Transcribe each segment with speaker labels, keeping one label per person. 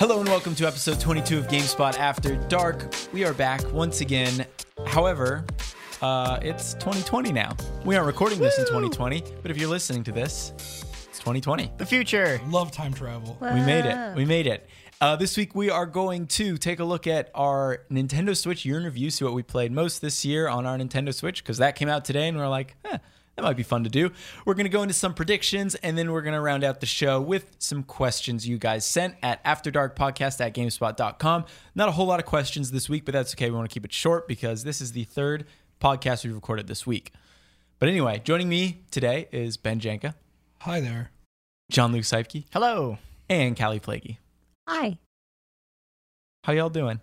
Speaker 1: welcome to episode 22 of GameSpot After Dark. We are back once again. However, uh, it's 2020 now. We aren't recording this in 2020, but if you're listening to this, it's 2020.
Speaker 2: The future.
Speaker 3: Love time travel.
Speaker 1: We made it. We made it. Uh, this week we are going to take a look at our Nintendo Switch year in review, see what we played most this year on our Nintendo Switch, because that came out today and we're like, eh, that might be fun to do. We're going to go into some predictions and then we're going to round out the show with some questions you guys sent at afterdarkpodcast at gamespot.com. Not a whole lot of questions this week, but that's okay. We want to keep it short because this is the third podcast we've recorded this week. But anyway, joining me today is Ben Janka,
Speaker 3: Hi there.
Speaker 1: John Luke Seifke,
Speaker 2: Hello.
Speaker 1: and Callie Plaguey.
Speaker 4: Hi.
Speaker 1: How y'all doing?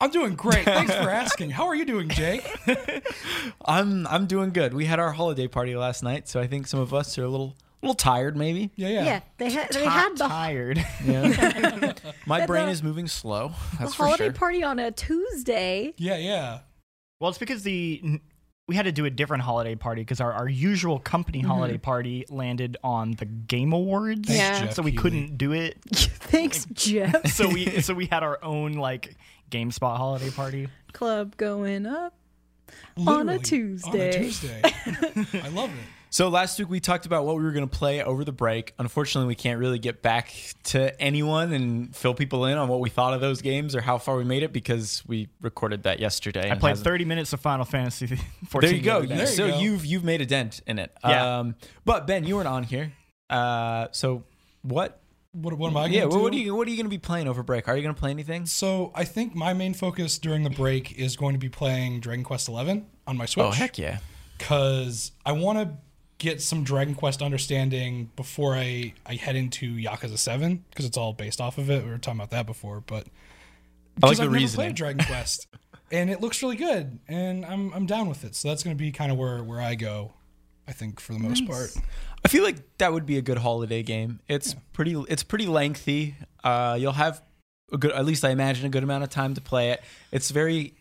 Speaker 3: I'm doing great. Thanks for asking. How are you doing, Jake?
Speaker 1: I'm I'm doing good. We had our holiday party last night, so I think some of us are a little little tired maybe.
Speaker 3: Yeah,
Speaker 4: Yeah,
Speaker 3: yeah.
Speaker 4: they had they
Speaker 2: Ti-
Speaker 4: had the,
Speaker 2: tired.
Speaker 1: Yeah. My
Speaker 4: But
Speaker 1: brain
Speaker 4: the-
Speaker 1: is moving slow.
Speaker 4: the
Speaker 1: That's for
Speaker 4: holiday
Speaker 1: sure.
Speaker 4: party on a Tuesday.
Speaker 3: Yeah, yeah.
Speaker 2: well, it's because the we had to do a different holiday party because our, our usual company
Speaker 1: Mm-hmm.
Speaker 2: holiday party landed on the Game Awards.
Speaker 3: Thanks,
Speaker 4: Yeah.
Speaker 3: Jeff
Speaker 2: So we
Speaker 1: E.
Speaker 3: Healy.
Speaker 2: couldn't do it.
Speaker 4: Thanks, Jeff.
Speaker 2: So we so we had our own like GameSpot holiday party.
Speaker 4: Club going up.
Speaker 3: Literally,
Speaker 4: Tuesday.
Speaker 3: On a Tuesday. I love it.
Speaker 1: So last week we talked about what we were going to play over the break. Unfortunately, we can't really get back to anyone and fill people in on what we thought of those games or how far we made it because we recorded that yesterday.
Speaker 2: I
Speaker 1: and it
Speaker 2: played
Speaker 1: hasn't-
Speaker 2: 30 minutes of Final Fantasy 14.
Speaker 1: There you
Speaker 2: the
Speaker 1: go.
Speaker 2: other day.
Speaker 3: There you
Speaker 1: so
Speaker 3: go.
Speaker 1: have you've made a dent in it.
Speaker 2: Yeah.
Speaker 1: Um, but Ben, you weren't on here. Uh, so what?
Speaker 3: What, what am I going to
Speaker 1: Yeah.
Speaker 3: do?
Speaker 1: What, what are you What are you going to be playing over break? Are you going to play anything?
Speaker 3: So I think my main focus during the break is going to be playing Dragon Quest Eleven on my Switch.
Speaker 1: Oh heck yeah!
Speaker 3: Because I want to get some Dragon Quest understanding before I, I head into Yakuza 7 because it's all based off of it. We were talking about that before, but
Speaker 1: I like
Speaker 3: because
Speaker 1: the
Speaker 3: I've
Speaker 1: reasoning.
Speaker 3: never played Dragon Quest, and it looks really good, and I'm I'm down with it. So that's going to be kind of where where I go, I think for the most part.
Speaker 1: I feel like that would be a good holiday game. It's pretty it's pretty lengthy. Uh, you'll have a good at least I imagine a good amount of time to play it. It's very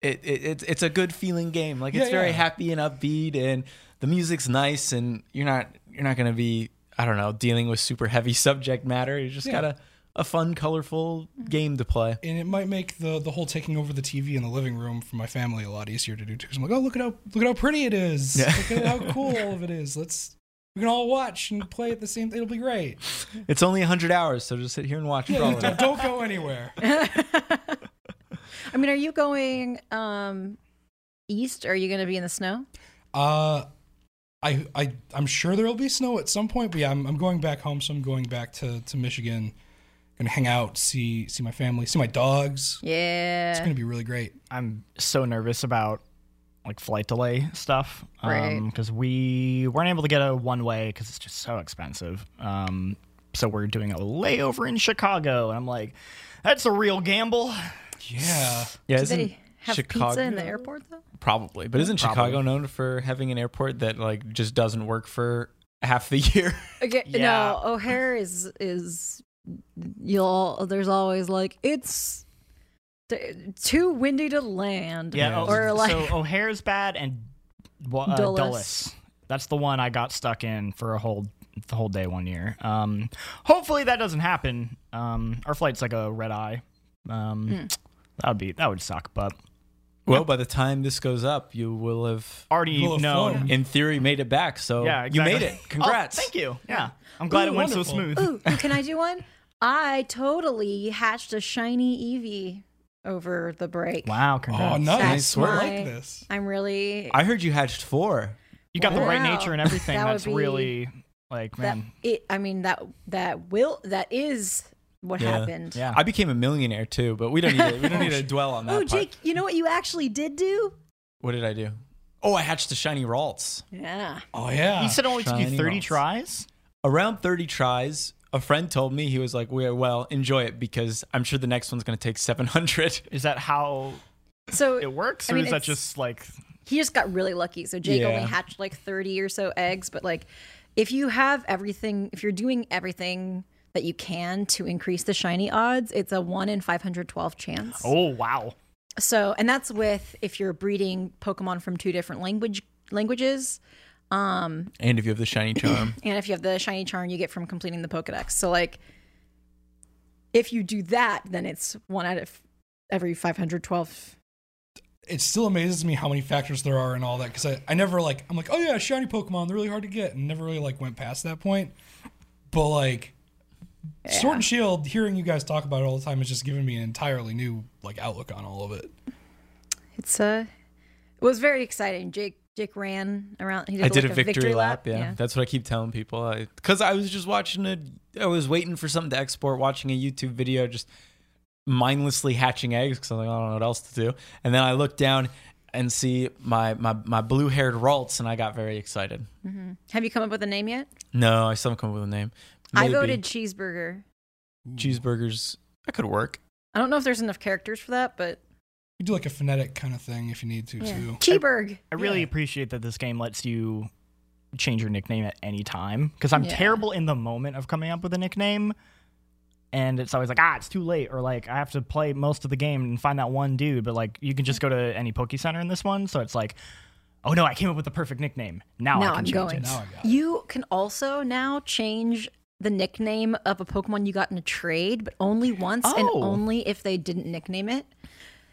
Speaker 1: it, it, it's it's a good feeling game. Like it's
Speaker 3: Yeah,
Speaker 1: very
Speaker 3: yeah.
Speaker 1: happy and upbeat and the music's nice and you're not you're not going to be I don't know, dealing with super heavy subject matter. You just
Speaker 3: Yeah. Mm-hmm.
Speaker 1: got a a fun, colorful game to play.
Speaker 3: And it might make the the whole taking over the TV in the living room for my family a lot easier to do too. 'Cause I'm like, oh look at how look at how pretty it is. Look at how cool all of it is. Let's we can all watch and play at the same. It'll be great.
Speaker 1: It's only 100 hours, so just sit here and watch for all of it.
Speaker 3: Don't, don't go anywhere.
Speaker 4: I mean, are you going um east? Are you going to be in the snow?
Speaker 3: Uh, I I I'm sure there will be snow at some point, but yeah, I'm I'm going back home, so I'm going back to to Michigan. Gonna hang out, see see my family, see my dogs. It's
Speaker 4: Yeah.
Speaker 3: gonna be really great.
Speaker 2: I'm so nervous about like flight delay stuff
Speaker 4: Right.
Speaker 2: because we weren't able to get a one way because it's just so expensive. Um, so we're doing a layover in Chicago, and I'm like, that's a real gamble.
Speaker 3: Yeah.
Speaker 1: Yeah,
Speaker 4: Do
Speaker 1: isn't
Speaker 4: they have pizza in the airport though?
Speaker 1: Probably, but isn't
Speaker 2: Probably.
Speaker 1: Chicago known for having an airport that like just doesn't work for half the year?
Speaker 4: Okay,
Speaker 2: Yeah.
Speaker 4: No, O'Hare is is you'll there's always like it's t- too windy to land.
Speaker 2: Yeah,
Speaker 1: Yeah.
Speaker 2: oh,
Speaker 4: Or, like-
Speaker 2: so O'Hare's bad and wa- uh,
Speaker 4: Dulles.
Speaker 2: Dulles. That's the one I got stuck in for a whole the whole day one year. Um, hopefully that doesn't happen. Um, our flight's like a red eye. Um,
Speaker 4: Hmm.
Speaker 2: That would be that would suck, but
Speaker 1: Well, by the time this goes up, you will have,
Speaker 2: already
Speaker 3: Well, if
Speaker 2: known.
Speaker 3: one-
Speaker 1: in theory, made it back. So
Speaker 2: Yeah, exactly.
Speaker 1: you made it. Congrats!
Speaker 2: Oh, thank you. Yeah. I'm glad
Speaker 3: Ooh,
Speaker 2: it went so
Speaker 3: wonderful.
Speaker 2: smooth.
Speaker 4: Ooh, can I do one? I totally hatched a shiny Eevee over the break.
Speaker 2: Wow,
Speaker 3: Oh,
Speaker 2: congrats.
Speaker 3: nice.
Speaker 4: That's
Speaker 3: I
Speaker 4: my-
Speaker 3: like this.
Speaker 4: I'm really
Speaker 1: I heard you hatched four.
Speaker 2: You got the right
Speaker 4: Wow.
Speaker 2: nature and everything.
Speaker 4: That would
Speaker 2: That's
Speaker 4: be-
Speaker 2: really like
Speaker 4: that
Speaker 2: man.
Speaker 4: it I mean that that will that is what
Speaker 1: Yeah.
Speaker 4: happened.
Speaker 2: Yeah.
Speaker 1: I became a millionaire too, but we don't need to, we don't need to dwell on that.
Speaker 4: Oh,
Speaker 1: part.
Speaker 4: Jake, you know what you actually did do?
Speaker 1: what did I do? Oh, I hatched a shiny Ralts.
Speaker 4: Yeah.
Speaker 3: Oh yeah.
Speaker 2: you said it only took you
Speaker 1: Shiny
Speaker 2: 30
Speaker 1: rocks.
Speaker 2: tries?
Speaker 1: Around thirty tries, a friend told me he was like, "We- "Well, enjoy it because I'm sure the next one's going to take 700."
Speaker 2: Is that how
Speaker 4: So
Speaker 2: it works
Speaker 4: I
Speaker 2: or
Speaker 4: mean,
Speaker 2: is that
Speaker 4: it's-
Speaker 2: just like
Speaker 4: he just got really lucky. So Jake
Speaker 1: Yeah.
Speaker 4: only hatched like 30 or so eggs, but like if you have everything, if you're doing everything that you can to increase the shiny odds, it's a 1 in 512 chance.
Speaker 2: oh wow.
Speaker 4: So, and that's with if you're breeding Pokemon from two different language languages
Speaker 1: And if you have the shiny charm,
Speaker 4: and if you have the shiny charm you get from completing the Pokédex. So like if you do that, then it's one out of every 512.
Speaker 3: It still amazes me how many factors there are and all that because I, I never like I'm like oh yeah shiny Pokemon they're really hard to get and never really like went past that point, but like Sword and Shield, hearing you guys talk about it all the time has just given me an entirely new like outlook on all of it.
Speaker 4: It's uh, it was very exciting. Jake Jake ran around. He did,
Speaker 1: I did
Speaker 4: like
Speaker 1: a victory, lap. Yeah.
Speaker 4: yeah.
Speaker 1: that's what I keep telling people. Because I, was just watching a, I was waiting for something to export, watching a YouTube video, just mindlessly hatching eggs because I'm like, I don't know what else to do. And then I look down and see my my, my blue haired Ralts, and I got very excited.
Speaker 4: Have you come up with a name yet?
Speaker 1: No, I still haven't come up with a name.
Speaker 4: I
Speaker 1: Maybe
Speaker 4: voted cheeseburger.
Speaker 1: cheeseburgers. That could work.
Speaker 4: I don't know if there's enough characters for that, but
Speaker 3: You do like a phonetic kind of thing if you need to
Speaker 4: yeah.
Speaker 3: too.
Speaker 4: Cheeburg.
Speaker 2: I really
Speaker 3: Yeah.
Speaker 2: appreciate that this game lets you change your nickname at any time because I'm
Speaker 4: Yeah.
Speaker 2: terrible in the moment of coming up with a nickname. And it's always like, ah, it's too late, or like, I have to play most of the game and find that one dude. But like, you can just go to any Poke Center in this one. So it's like, oh no, I came up with the perfect nickname. Now, I
Speaker 4: now
Speaker 2: can
Speaker 4: I'm
Speaker 2: change
Speaker 4: going.
Speaker 2: It.
Speaker 3: Now I got it.
Speaker 4: You can also now change the nickname of a Pokemon you got in a trade, but only once and
Speaker 2: Oh.
Speaker 4: only if they didn't nickname it.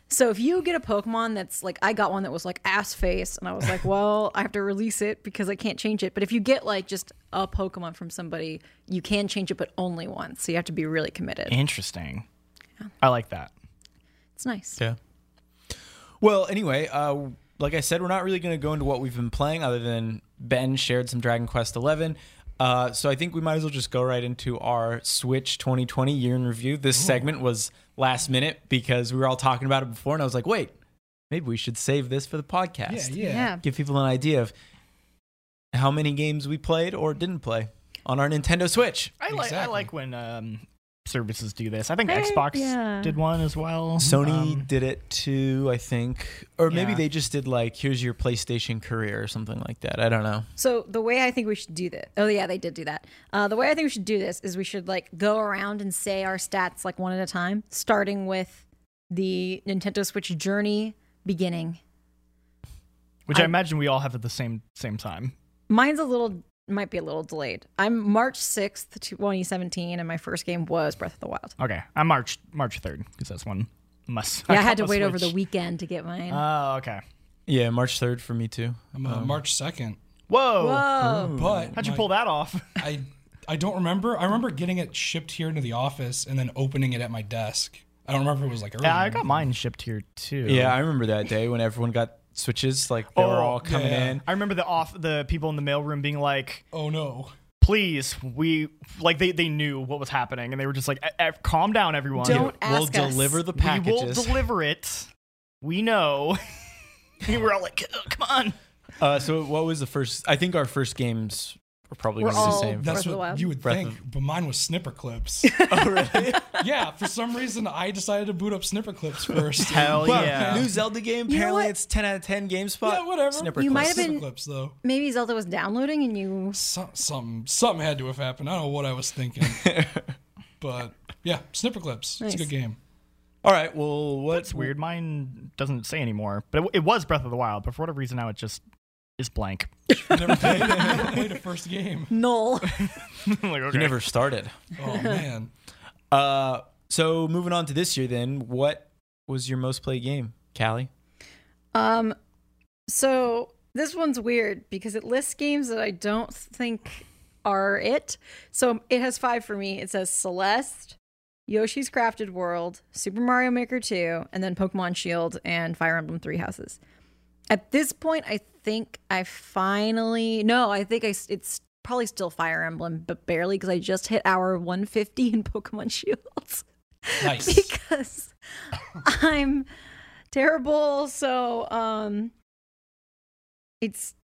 Speaker 4: So if you get a Pokemon that's like, I got one that was like ass face, and I was like, well, I have to release it because I can't change it. But if you get like just a Pokemon from somebody, you can change it, but only once. So you have to be really committed.
Speaker 2: Interesting. I like that.
Speaker 4: It's nice.
Speaker 1: Yeah. Well, anyway, uh, like I said, we're not really going to go into what we've been playing, other than Ben shared some Dragon Quest Eleven. Uh, so I think we might as well just go right into our Switch 2020 year in review. This segment was last minute because we were all talking about it before, and I was like, wait, maybe we should save this for the
Speaker 3: Yeah,
Speaker 1: podcast.
Speaker 3: yeah.
Speaker 1: Give people an idea of how many games we played or didn't play on our Nintendo Switch.
Speaker 2: I like. I
Speaker 3: Exactly.
Speaker 2: like when um, services do this. I think
Speaker 4: Hey,
Speaker 2: Xbox
Speaker 4: yeah.
Speaker 2: did one as well.
Speaker 1: Sony
Speaker 2: Um,
Speaker 1: did it too, I think, or maybe
Speaker 2: Yeah.
Speaker 1: they just did like here's your PlayStation career or something like that. I don't know.
Speaker 4: So the way I think we should do this. Oh yeah, they did do that. Uh, the way I think we should do this is we should like go around and say our stats like one at a time, starting with the Nintendo Switch journey beginning.
Speaker 2: which I,
Speaker 4: I-
Speaker 2: imagine we all have at the same same time.
Speaker 4: Mine's a little might be a little delayed. I'm March 6th, 2017 and my first game was Breath of the Wild.
Speaker 2: Okay, I'm March March third because that's when must.
Speaker 4: Yeah, I, had to wait over the weekend to get mine.
Speaker 2: Oh, okay.
Speaker 1: Yeah, March third for me too.
Speaker 3: I'm uh, March second,
Speaker 2: Whoa.
Speaker 4: Whoa.
Speaker 3: but
Speaker 2: How'd you
Speaker 3: my-
Speaker 2: pull that off?
Speaker 3: I I don't remember. I remember getting it shipped here into the office and then opening it at my desk. I don't remember if it was like early.
Speaker 2: yeah, I got mine shipped here too.
Speaker 1: Mm. Yeah, I remember that day when everyone got switches, like they were
Speaker 2: Oh,
Speaker 1: all coming
Speaker 3: yeah.
Speaker 1: in.
Speaker 2: I remember the off the people in the mailroom being like,
Speaker 3: Oh no.
Speaker 2: "Please, we like they they knew what was happening and they were just like, "Eh, eh, "Calm down, everyone.
Speaker 4: Don't
Speaker 1: we'll
Speaker 4: ask us.
Speaker 1: deliver the
Speaker 2: we will
Speaker 1: packages.
Speaker 2: deliver it. We know." we were all like, "Oh, "Come on."
Speaker 1: uh, so what was the first? I think our first games were probably
Speaker 4: We're
Speaker 1: gonna be the
Speaker 4: all-
Speaker 1: same.
Speaker 4: Breath
Speaker 3: That's
Speaker 4: of the
Speaker 3: what
Speaker 4: Wild?
Speaker 3: you would
Speaker 1: Breath
Speaker 3: think, but mine was snipper clips.
Speaker 1: oh, really?
Speaker 3: yeah, for some reason I decided to boot up snipper clips first.
Speaker 2: Hell
Speaker 1: Wow,
Speaker 2: yeah.
Speaker 1: New Zelda game.
Speaker 4: know
Speaker 1: Apparently,
Speaker 4: what?
Speaker 1: it's ten out of ten GameSpot.
Speaker 3: yeah, whatever.
Speaker 1: Snipper
Speaker 4: You might
Speaker 1: clips.
Speaker 4: have been-
Speaker 3: snipper clips though.
Speaker 4: Maybe Zelda was downloading and you
Speaker 3: So, something something had to have happened. I don't know what I was thinking. but yeah, snipper clips. It's a
Speaker 4: Nice.
Speaker 3: good game.
Speaker 1: All right. Well, what's
Speaker 2: That's weird. Mine doesn't say anymore, but it, it was Breath of the Wild. But for whatever reason, now it just is blank.
Speaker 3: Never played, never played a first game.
Speaker 4: null.
Speaker 2: like, okay.
Speaker 1: You never started.
Speaker 3: Oh man.
Speaker 1: Uh, so moving on to this year, then, what was your most played game, Callie?
Speaker 4: Um, so this one's weird because it lists games that I don't think are it. So it has five for me. It says Celeste, Yoshi's Crafted World, Super Mario Maker 2, and then Pokemon Shield and Fire Emblem Three Houses. At this point, I think I finally no, I think I s- it's probably still Fire Emblem, but barely because I just hit hour 150 in Pokemon Shields
Speaker 3: Nice.
Speaker 4: because I'm terrible. So um it's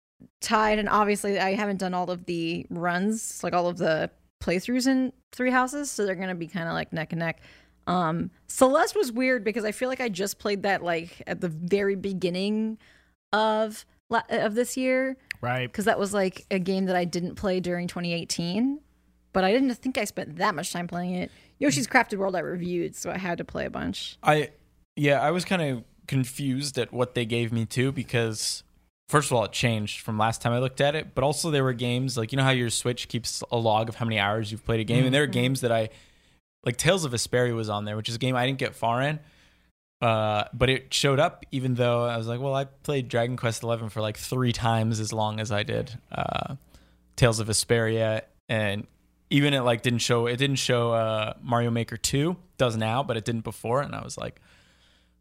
Speaker 4: tied and obviously I haven't done all of the runs, like all of the playthroughs in three houses, so they're gonna be kinda like neck and neck. Um Celeste was weird because I feel like I just played that like at the very beginning of la- of this year
Speaker 2: Right.
Speaker 4: because that was like a game that I didn't play during 2018, but I didn't think I spent that much time playing it. Yoshi's Crafted World I reviewed, so I had to play a bunch.
Speaker 1: I, yeah, I was kind of confused at what they gave me too because. First of all, it changed from last time I looked at it, but also there were games like you know how your Switch keeps a log of how many hours you've played a game, and there are games that I Like Tales of Vesperia was on there, which is a game I didn't get far in. Uh, but it showed up even though I was like, well, I played Dragon Quest XI for like three times as long as I did uh, Tales of Vesperia, and even it like didn't show it didn't show uh, Mario Maker Two does now, but it didn't before, and I was like,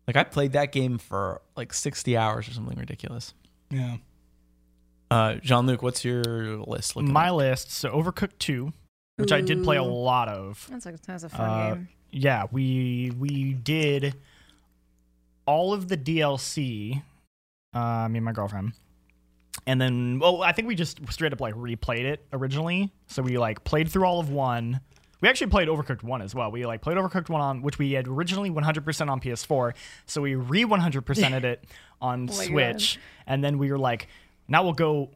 Speaker 1: like I played that game for like sixty hours or something ridiculous.
Speaker 3: Yeah.
Speaker 1: Uh, Jean Luc, what's your list? Looking
Speaker 2: My
Speaker 1: like?
Speaker 2: list, so Overcooked 2, which I did play a
Speaker 4: Ooh.
Speaker 2: lot of.
Speaker 4: That's a, that's a fun
Speaker 2: Uh,
Speaker 4: game.
Speaker 2: yeah, we we did all of the DLC. Uh, me and my girlfriend, and then well, I think we just straight up like replayed it originally. So we like played through all of one. We actually played Overcooked one as well. We like played Overcooked one on which we had originally 100% on PS4. So we re 100%ed it on
Speaker 4: Oh my
Speaker 2: Switch, and then we were like, now we'll go.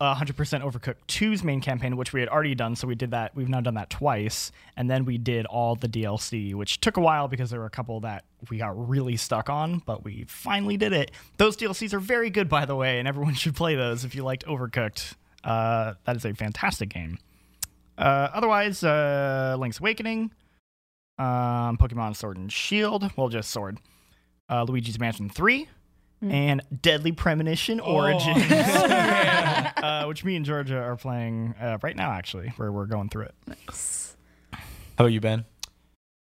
Speaker 2: uh, 100% Overcooked 2's main campaign, which we had already done, so we did that. We've now done that twice, and then we did all the DLC, which took a while because there were a couple that we got really stuck on, but we finally did it. Those DLCs are very good, by the way, and everyone should play those if you liked Overcooked. Uh, that is a fantastic game. Uh, otherwise, uh, Link's Awakening, um, Pokemon Sword and Shield, well, just Sword, uh, Luigi's Mansion 3, and Deadly Premonition Origins, uh, which me and Georgia are playing uh, right now, actually, where we're going through it.
Speaker 1: How about you, Ben?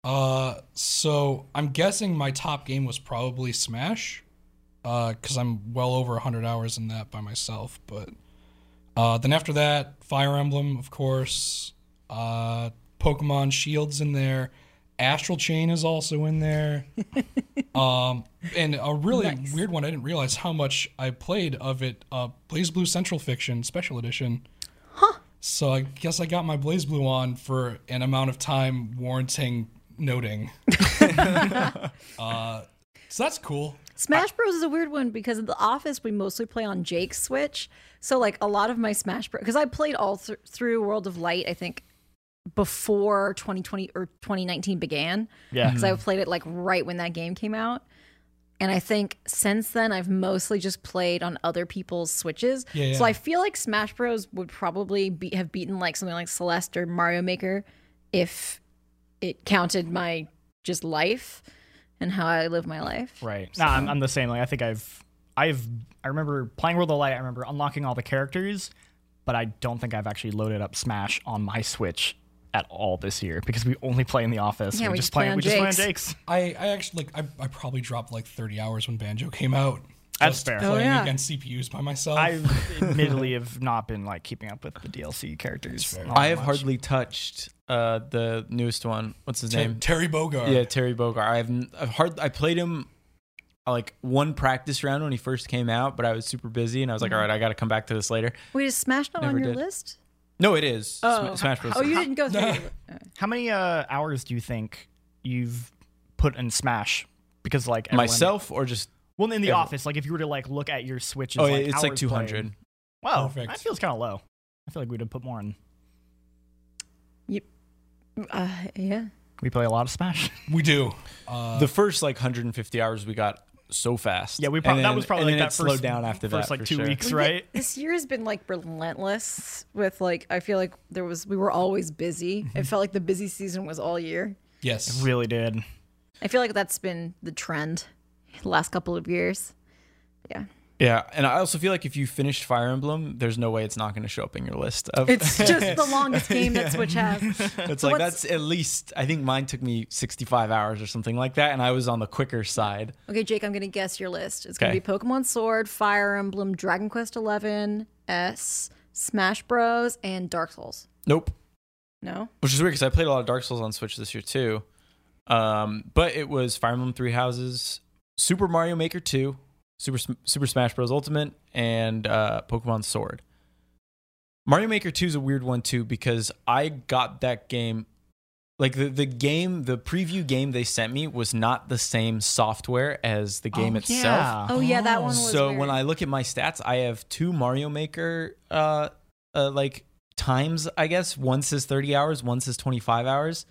Speaker 3: Uh, so I'm guessing my top game was probably Smash, uh, because I'm well over 100 hours in that by myself. But uh, then after that, Fire Emblem, of course. Uh, Pokemon Shields in there. Astral Chain is also in there. um, and a really weird one. I didn't realize how much I played of it. Uh, Blaze Blue Central Fiction Special Edition. So I guess I got my Blaze Blue on for an amount of time warranting noting. uh, so that's cool.
Speaker 4: Smash Bros is a weird one because in the office we mostly play on Jake's Switch. So like a lot of my Smash Bros because I played all thr- through World of Light I think before 2020 or 2019 began
Speaker 2: Yeah.
Speaker 4: because I played it like right when that game came out. And I think since then I've mostly just played on other people's Switches.
Speaker 3: Yeah,
Speaker 4: So
Speaker 3: yeah.
Speaker 4: I feel like Smash Bros would probably be, have beaten like something like Celeste or Mario Maker if it counted my just life and how I live my life.
Speaker 2: Right. No, I'm, I'm the same. Like I think I've I've I remember playing World of Light. I remember unlocking all the characters, but I don't think I've actually loaded up Smash on my Switch at all this year because we only play in the office.
Speaker 4: Yeah, we just play on
Speaker 2: we just play on
Speaker 4: Jake's.
Speaker 2: Jake's.
Speaker 3: I, I actually like I, I probably dropped like 30 hours when Banjo came out.
Speaker 2: That's
Speaker 3: just
Speaker 2: fair.
Speaker 3: Playing
Speaker 4: Oh, yeah.
Speaker 3: against CPUs by myself.
Speaker 2: I admittedly have not been like keeping up with the DLC characters. Um, and all
Speaker 1: I
Speaker 2: that
Speaker 1: have
Speaker 2: much.
Speaker 1: hardly touched uh, the newest one. What's his
Speaker 3: Ter-
Speaker 1: name?
Speaker 3: Terry Bogard.
Speaker 1: Yeah, Terry Bogard. I've, n- I've hard. I played him uh, like one practice round when he first came out, but I was super busy and I was like, all right, I got to come back to this later.
Speaker 4: Wait, is Smash not on
Speaker 1: Never
Speaker 4: your
Speaker 1: did.
Speaker 4: list?
Speaker 1: No, it is Sm- Smash Bros.
Speaker 4: Oh, you didn't go through. it.
Speaker 2: How many uh, hours do you think you've put in Smash? Because like everyone-
Speaker 1: myself or just
Speaker 2: well, in the
Speaker 1: everyone.
Speaker 2: office, like if you were to like look at your Switch,
Speaker 1: oh, it's like
Speaker 2: hours
Speaker 1: two
Speaker 2: played.
Speaker 1: hundred.
Speaker 2: Wow,
Speaker 3: Perfect.
Speaker 2: that feels kind of low. I feel like we'd have put more in.
Speaker 4: Uh, yeah.
Speaker 2: We play a lot of Smash.
Speaker 3: We do. Uh,
Speaker 1: The first like hundred and fifty hours we got so fast.
Speaker 2: Yeah, we
Speaker 1: And
Speaker 2: probably that
Speaker 1: then-
Speaker 2: was probably
Speaker 1: and
Speaker 2: like
Speaker 1: then
Speaker 2: that
Speaker 1: it slowed
Speaker 2: first,
Speaker 1: down after
Speaker 2: first
Speaker 1: that
Speaker 2: like
Speaker 1: for
Speaker 2: two
Speaker 1: sure.
Speaker 2: weeks, right?
Speaker 4: This year has been like relentless with like I feel like there was we were always busy. It felt like the busy season was all year.
Speaker 3: yes.
Speaker 2: Really did.
Speaker 4: I feel like that's been the trend the last couple of years. Yeah.
Speaker 1: Yeah, and I also feel like if you finished Fire Emblem, there's no way it's not going to show up in your list. Of,
Speaker 4: It's just the longest game that Switch has.
Speaker 1: it's
Speaker 4: so
Speaker 1: like
Speaker 4: what's-
Speaker 1: that's at least I think mine took me 65 hours or something like that, and I was on the quicker side.
Speaker 4: Okay, Jake, I'm gonna guess your list. It's gonna
Speaker 1: Okay.
Speaker 4: be Pokemon Sword, Fire Emblem, Dragon Quest XI, S, Smash Bros, and Dark Souls.
Speaker 1: Nope.
Speaker 4: No?
Speaker 1: which is weird because I played a lot of Dark Souls on Switch this year too. Um, but it was Fire Emblem Three Houses, Super Mario Maker Two, Super Sm- Super Smash Bros Ultimate, and uh, Pokemon Sword. Mario Maker Two is a weird one too because I got that game, like the the game, the preview game they sent me was not the same software as the game itself.
Speaker 4: Oh yeah, that one was
Speaker 1: So
Speaker 4: weird.
Speaker 1: when I look at my stats, I have two Mario Maker uh, uh like times, I guess. One says 30 hours, one says 25 hours.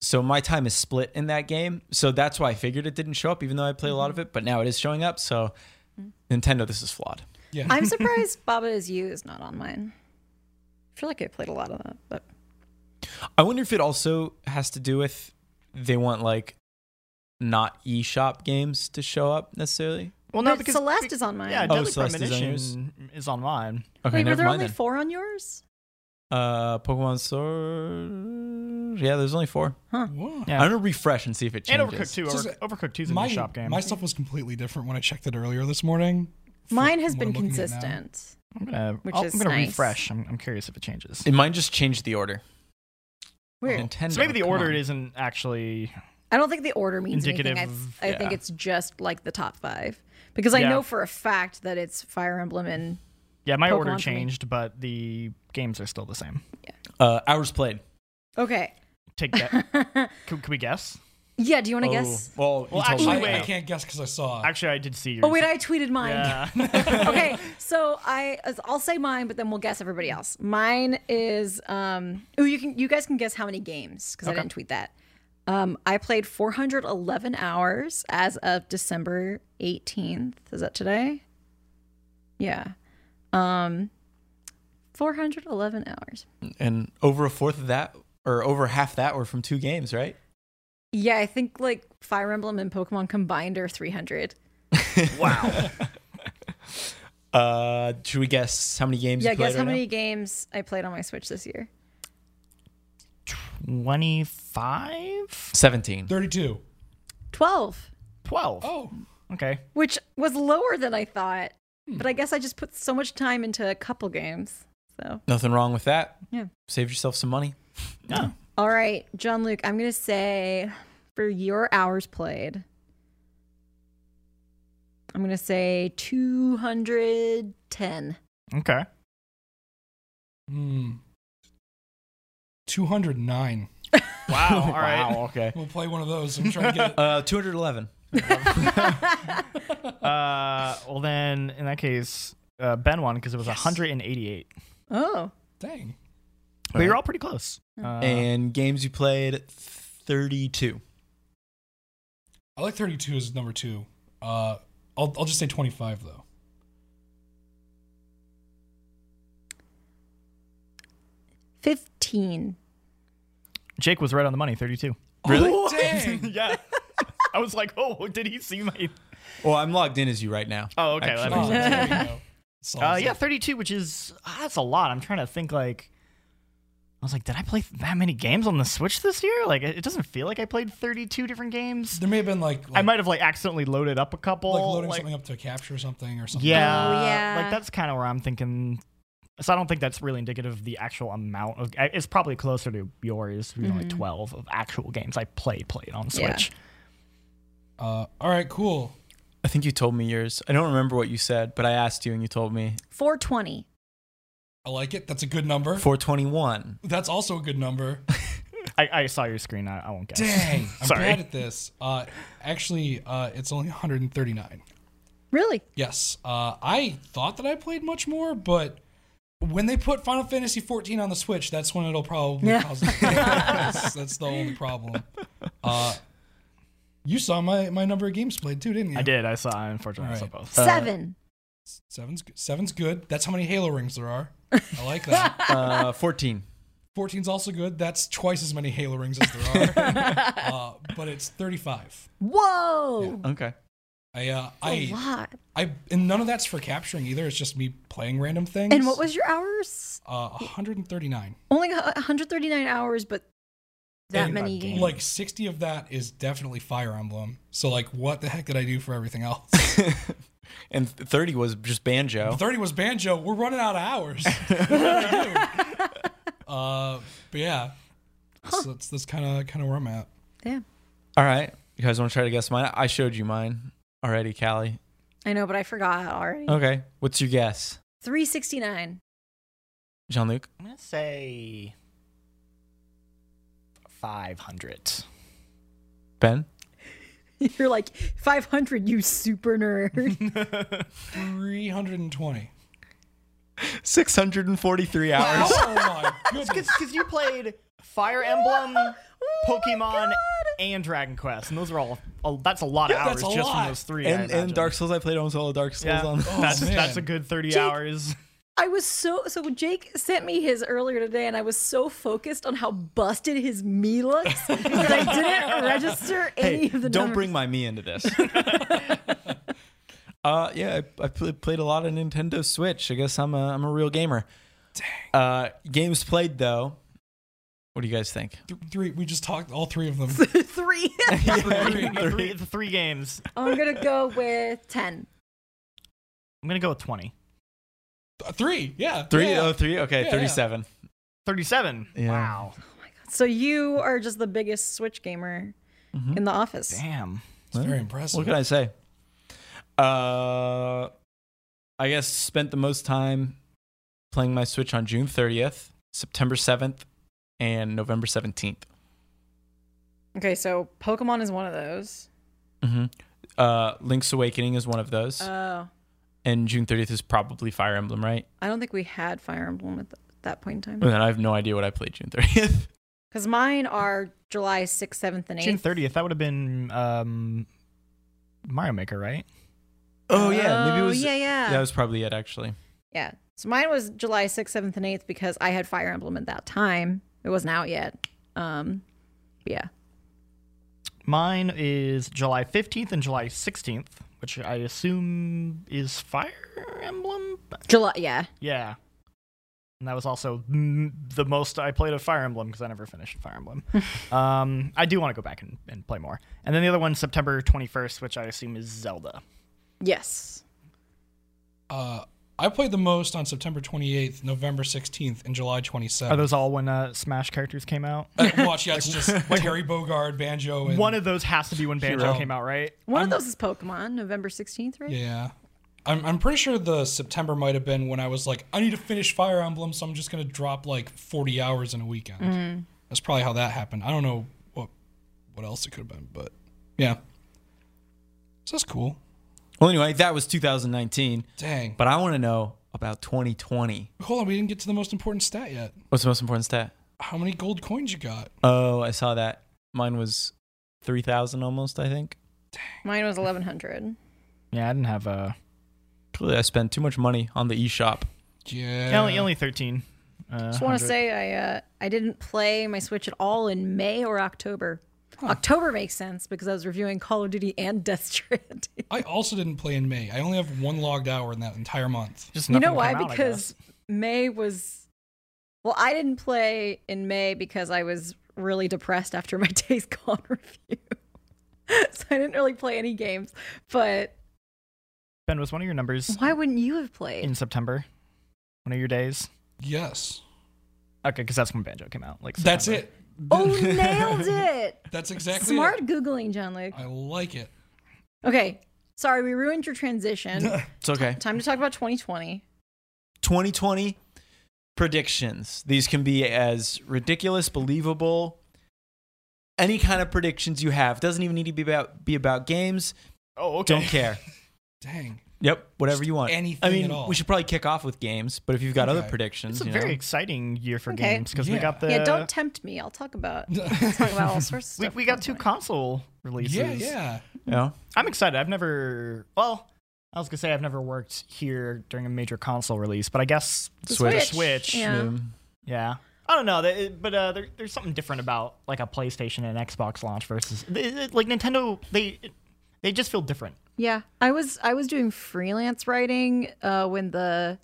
Speaker 1: So my time is split in that game. So that's why I figured it didn't show up even though I played a lot
Speaker 4: Mm-hmm.
Speaker 1: of it, but now it is showing up. So
Speaker 4: Mm.
Speaker 1: Nintendo this is flawed.
Speaker 3: Yeah.
Speaker 4: I'm surprised Baba is You is not on mine. I feel like I played a lot of that, but
Speaker 1: I wonder if it also has to do with they want like not eShop games to show up necessarily.
Speaker 2: Well,
Speaker 4: But Celeste is on mine.
Speaker 2: Yeah,
Speaker 4: Oh,
Speaker 2: Deadly
Speaker 1: Celeste is on yours?
Speaker 2: Premonition is on mine.
Speaker 1: Okay,
Speaker 4: Wait, were
Speaker 1: never
Speaker 4: there
Speaker 1: mind
Speaker 4: only
Speaker 1: then.
Speaker 4: four on yours?
Speaker 1: Uh, Pokemon Sword. Yeah, there's only four.
Speaker 3: Whoa.
Speaker 2: Yeah.
Speaker 1: I'm gonna refresh and see if it
Speaker 2: And
Speaker 1: changes.
Speaker 2: Overcooked 2.
Speaker 3: Just,
Speaker 2: Overcooked, Overcooked 2 is a
Speaker 3: my,
Speaker 2: new shop game.
Speaker 3: my stuff was completely different when I checked it earlier this morning. from
Speaker 4: Mine has
Speaker 3: what
Speaker 4: been
Speaker 3: I'm looking at now.
Speaker 4: consistent.
Speaker 2: I'm gonna,
Speaker 4: Which
Speaker 2: I'll-
Speaker 4: is
Speaker 2: I'm gonna
Speaker 4: nice.
Speaker 2: refresh. I'm, I'm curious if it changes.
Speaker 1: It might just change the order.
Speaker 4: Weird.
Speaker 1: Nintendo,
Speaker 2: so maybe the
Speaker 1: come
Speaker 2: order
Speaker 1: on.
Speaker 2: isn't actually.
Speaker 4: I don't think the order means anything. I,
Speaker 2: Indicative,
Speaker 4: I think
Speaker 1: yeah.
Speaker 4: it's just like the top five because I
Speaker 2: Yeah.
Speaker 4: know for a fact that it's Fire Emblem and
Speaker 2: Yeah, my order
Speaker 4: Pokemon for me.
Speaker 2: changed, but the games are still the same.
Speaker 1: Uh, hours played.
Speaker 4: okay.
Speaker 2: Take that. can, can we guess?
Speaker 4: Yeah, do you want to
Speaker 1: Oh,
Speaker 4: guess?
Speaker 1: Well, you
Speaker 2: Well,
Speaker 1: told
Speaker 2: actually,
Speaker 1: me.
Speaker 2: wait.
Speaker 3: I, I can't guess because I saw. it.
Speaker 2: Actually, I did see yours.
Speaker 4: Oh wait, I tweeted mine.
Speaker 2: Yeah.
Speaker 4: okay, so I I'll say mine, but then we'll guess everybody else. Mine is um. Ooh, you can you guys can guess how many games because I didn't tweet that. Um, I played 411 hours as of December 18th. Is that today? Yeah. Um, 411 hours.
Speaker 1: and over a fourth of that, or over half that, were from two games, right?
Speaker 4: Yeah, I think like Fire Emblem and Pokemon combined are 300.
Speaker 2: wow.
Speaker 1: Uh, should we guess how many games?
Speaker 4: yeah,
Speaker 1: you played
Speaker 4: guess how
Speaker 1: right now?
Speaker 4: many games I played on my Switch this year?
Speaker 2: 25?
Speaker 1: Seventeen.
Speaker 3: Thirty-two.
Speaker 4: 12.
Speaker 2: 12.
Speaker 3: Oh,
Speaker 2: Okay.
Speaker 4: which was lower than I thought. But I guess I just put so much time into a couple games. So,
Speaker 1: Nothing wrong with that.
Speaker 4: Yeah.
Speaker 1: Save yourself some money.
Speaker 2: No.
Speaker 4: all right, John Luke, I'm going to say for your hours played, I'm going to say 210.
Speaker 2: Okay.
Speaker 3: hmm. two hundred nine.
Speaker 2: Wow. All right.
Speaker 1: Wow. Okay.
Speaker 3: We'll play one of those and try to get it.
Speaker 1: Uh, two hundred eleven.
Speaker 2: Uh, well, then, in that case, uh, Ben won because it was 188.
Speaker 4: Oh,
Speaker 3: Dang.
Speaker 2: We were all pretty close. Uh,
Speaker 1: and games you played, thirty-two.
Speaker 3: I like thirty-two as number two. Uh, I'll I'll just say twenty-five though.
Speaker 4: fifteen.
Speaker 2: Jake was right on the money, 32.
Speaker 1: Really?
Speaker 3: Oh, dang.
Speaker 2: yeah. I was like, oh, did he see my.
Speaker 1: Well, I'm logged in as you right now.
Speaker 2: Oh, okay.
Speaker 1: Actually.
Speaker 2: That
Speaker 3: Oh,
Speaker 2: makes sense.
Speaker 3: there you go.
Speaker 2: Uh,
Speaker 3: Solid.
Speaker 2: yeah, 32, which is ah, that's a lot. I'm trying to think like I was like, did I play that many games on the Switch this year? Like, it it doesn't feel like I played 32 different games.
Speaker 3: There may have been like,
Speaker 2: I
Speaker 3: like,
Speaker 2: might have like accidentally loaded up a couple.
Speaker 3: like loading
Speaker 2: like-
Speaker 3: something up to a capture something or something.
Speaker 2: Yeah,
Speaker 4: Oh, yeah.
Speaker 2: Like that's kind of where I'm thinking. So I don't think that's really indicative of the actual amount of. I- It's probably closer to yours, you know, like 12 of actual games I played played on
Speaker 4: Mm-hmm. Yeah.
Speaker 2: Switch.
Speaker 3: Uh, all right. Cool.
Speaker 1: I think you told me yours. I don't remember what you said, but I asked you and you told me
Speaker 4: 420.
Speaker 3: I like it. That's a good number.
Speaker 1: 421.
Speaker 3: That's also a good number.
Speaker 2: I, I saw your screen. I, I won't guess.
Speaker 3: Dang, I'm
Speaker 2: Sorry.
Speaker 3: bad at this. Uh, actually, uh, it's only 139.
Speaker 4: Really?
Speaker 3: Yes, uh, I thought that I played much more, but when they put Final Fantasy 14 on the Switch, that's when it'll probably
Speaker 4: Yeah.
Speaker 3: cause. that's, that's the only problem. Uh, you saw my, my number of games played too, didn't you?
Speaker 2: I did. I saw. Unfortunately, I saw
Speaker 3: Alright.
Speaker 2: both.
Speaker 4: Seven.
Speaker 3: Seven's good. Seven's good. That's how many Halo rings there are. I like that.
Speaker 1: Uh, 14.
Speaker 3: 14's also good. That's twice as many Halo rings as there are. uh, but it's 35.
Speaker 4: Uh, Whoa.
Speaker 1: Okay.
Speaker 3: I uh,
Speaker 4: A
Speaker 3: I
Speaker 4: lot.
Speaker 3: I and none of that's for capturing either. It's just me playing random things.
Speaker 4: And what was your hours?
Speaker 3: uh, 139?
Speaker 4: Only 139 hours, but that
Speaker 3: And,
Speaker 4: many
Speaker 2: uh,
Speaker 4: games.
Speaker 3: Like 60 of that is definitely Fire Emblem. So like, what the heck did I do for everything else?
Speaker 1: And 30 was just banjo.
Speaker 3: 30 was banjo. We're running out of hours. uh, but yeah, so that's that's kind of kind of where I'm at.
Speaker 4: yeah.
Speaker 1: All right. You guys want to try to guess mine? I showed you mine already, Callie.
Speaker 4: I know, but I forgot already.
Speaker 1: Okay. What's your guess,
Speaker 4: 369.
Speaker 1: Jean Luc?
Speaker 2: I'm gonna say 500.
Speaker 1: Ben?
Speaker 4: You're like 500, you super nerd.
Speaker 3: 320.
Speaker 1: 643 hours.
Speaker 3: Oh my goodness.
Speaker 2: Because you played Fire Emblem, Pokemon, and Dragon Quest, and those are all. Oh, that's a lot of
Speaker 3: Yeah,
Speaker 2: hours
Speaker 3: that's a
Speaker 2: just from
Speaker 3: lot.
Speaker 2: those three. I
Speaker 1: And, and
Speaker 2: imagine.
Speaker 1: Dark Souls, I played almost all of Dark Souls
Speaker 2: Yeah.
Speaker 1: on.
Speaker 3: Oh,
Speaker 2: that's
Speaker 3: man.
Speaker 2: that's a good thirty hours.
Speaker 4: I was so so when Jake sent me his earlier today, and I was so focused on how busted his me looks that I didn't register any
Speaker 1: Hey,
Speaker 4: of the
Speaker 1: don't
Speaker 4: numbers.
Speaker 1: bring my me into this. uh, yeah, I, I pl- played a lot of Nintendo Switch. I guess I'm a I'm a real gamer. Dang. Uh, games played though. What do you guys think?
Speaker 3: Th- three. We just talked all three of them.
Speaker 4: three.
Speaker 2: three,
Speaker 1: Three.
Speaker 2: three, the three games.
Speaker 4: I'm gonna go with ten.
Speaker 2: I'm gonna go with 20.
Speaker 3: Uh, three. Yeah.
Speaker 1: Three?
Speaker 3: Yeah.
Speaker 1: Oh, three. Okay,
Speaker 3: Yeah,
Speaker 1: thirty-seven.
Speaker 2: 37.
Speaker 1: Yeah.
Speaker 2: Wow.
Speaker 4: So you are just the biggest Switch gamer in the office.
Speaker 2: Damn.
Speaker 3: It's very impressive.
Speaker 1: What can I say? Uh, I guess spent the most time playing my Switch on June 30th, September 7th, and November 17th.
Speaker 4: Okay, so Pokemon is one of those.
Speaker 1: hmm Uh, Link's Awakening is one of those,
Speaker 4: Oh,
Speaker 1: and June 30th is probably Fire Emblem, right?
Speaker 4: I don't think we had Fire Emblem at th- that point in
Speaker 1: And
Speaker 4: time.
Speaker 1: then I have no idea what I played June 30th.
Speaker 4: Because mine are July sixth, seventh, and
Speaker 2: June
Speaker 4: eighth.
Speaker 2: 30th. That would have been um, Mario Maker, right?
Speaker 1: Oh yeah, maybe it
Speaker 4: Oh,
Speaker 1: was.
Speaker 4: yeah, yeah.
Speaker 1: that was probably it actually.
Speaker 4: Yeah. So mine was July 6th, 7th, and 8th because I had Fire Emblem at that time. It wasn't out yet. Um, but yeah.
Speaker 2: Mine is July 15th and July 16th, which I assume is Fire Emblem.
Speaker 4: July, yeah.
Speaker 2: Yeah. And that was also mm, the most I played of Fire Emblem because I never finished Fire Emblem. um, I do want to go back and, and play more. And then the other one, September 21st, which I assume is Zelda.
Speaker 4: Yes.
Speaker 3: Uh, I played the most on September 28th, November 16th, and July 27th.
Speaker 2: Are those all when uh, Smash characters came out?
Speaker 3: Uh, watch, yeah, it's just Terry Bogard, Banjo, and
Speaker 2: One of those has to be when Banjo
Speaker 3: Hero.
Speaker 2: came out, right?
Speaker 4: One of those is Pokemon, November 16th, right?
Speaker 3: yeah. I'm, I'm pretty sure the September might have been when I was like, I need to finish Fire Emblem, so I'm just gonna drop like 40 hours in a weekend. That's probably how that happened. I don't know what what else it could have been, but yeah. So that's cool.
Speaker 1: Well, anyway, that was 2019,
Speaker 3: Dang. But
Speaker 1: but I want to know about 2020.
Speaker 3: hold on, we didn't get to the most important stat yet.
Speaker 1: What's the most important stat?
Speaker 3: How many gold coins you got?
Speaker 1: Oh, I saw that. Mine was 3,000 almost, I think.
Speaker 4: Mine was 1100.
Speaker 2: Yeah, I didn't have uh, a.
Speaker 1: Clearly, I spent too much money on the eShop.
Speaker 3: Yeah.
Speaker 2: Only, only 13. Uh,
Speaker 4: Just want to say I uh, I didn't play my Switch at all in May or October. October makes sense because I was reviewing Call of Duty and Death Stranding.
Speaker 3: I also didn't play in May. I only have one logged hour in that entire month.
Speaker 2: Just
Speaker 4: you know
Speaker 2: nothing
Speaker 4: why?
Speaker 2: came out, I
Speaker 4: because
Speaker 2: guess.
Speaker 4: May was. Well, I didn't play in May because I was really depressed after my Days Gone review. so I didn't really play any games. But
Speaker 2: Ben was one of your numbers
Speaker 4: why wouldn't you have played?
Speaker 2: in September, one of your days.
Speaker 3: Yes.
Speaker 2: Okay, because that's when Banjo came out. Like
Speaker 3: That's
Speaker 2: September.
Speaker 3: it.
Speaker 4: oh, nailed it!
Speaker 3: That's exactly it.
Speaker 4: Smart Googling, John Luke.
Speaker 3: I like it.
Speaker 4: Okay. Sorry, we ruined your transition.
Speaker 1: It's okay.
Speaker 4: Time to talk about 2020.
Speaker 1: 2020 predictions. These can be as ridiculous, believable, any kind of predictions you have. Doesn't even need to be about be about games.
Speaker 2: Oh, okay.
Speaker 1: Don't care.
Speaker 3: Dang.
Speaker 1: Yep, whatever you want.
Speaker 3: anything
Speaker 1: I mean,
Speaker 3: at all.
Speaker 1: we should probably kick off with games, but if you've got other
Speaker 3: Okay.
Speaker 1: predictions,
Speaker 2: It's a
Speaker 1: you
Speaker 2: very
Speaker 1: know,
Speaker 2: exciting year for
Speaker 4: Okay.
Speaker 2: games because we
Speaker 3: Yeah.
Speaker 2: got the
Speaker 4: yeah, don't tempt me. I'll talk about
Speaker 3: yeah,
Speaker 4: talk about all sorts of
Speaker 2: we,
Speaker 4: stuff.
Speaker 2: we got two
Speaker 4: 2020.
Speaker 2: console releases.
Speaker 3: yeah.
Speaker 1: you know.
Speaker 2: I'm excited. I've never well, I was gonna say I've never worked here during a major console release, but I guess
Speaker 4: The
Speaker 1: Switch.
Speaker 2: Switch.
Speaker 4: Yeah.
Speaker 1: um,
Speaker 2: yeah. I don't know, they- but uh, there, there's something different about like a PlayStation and Xbox launch versus it- it- like Nintendo. They they just feel different.
Speaker 4: Yeah, I was I was doing freelance writing uh, when the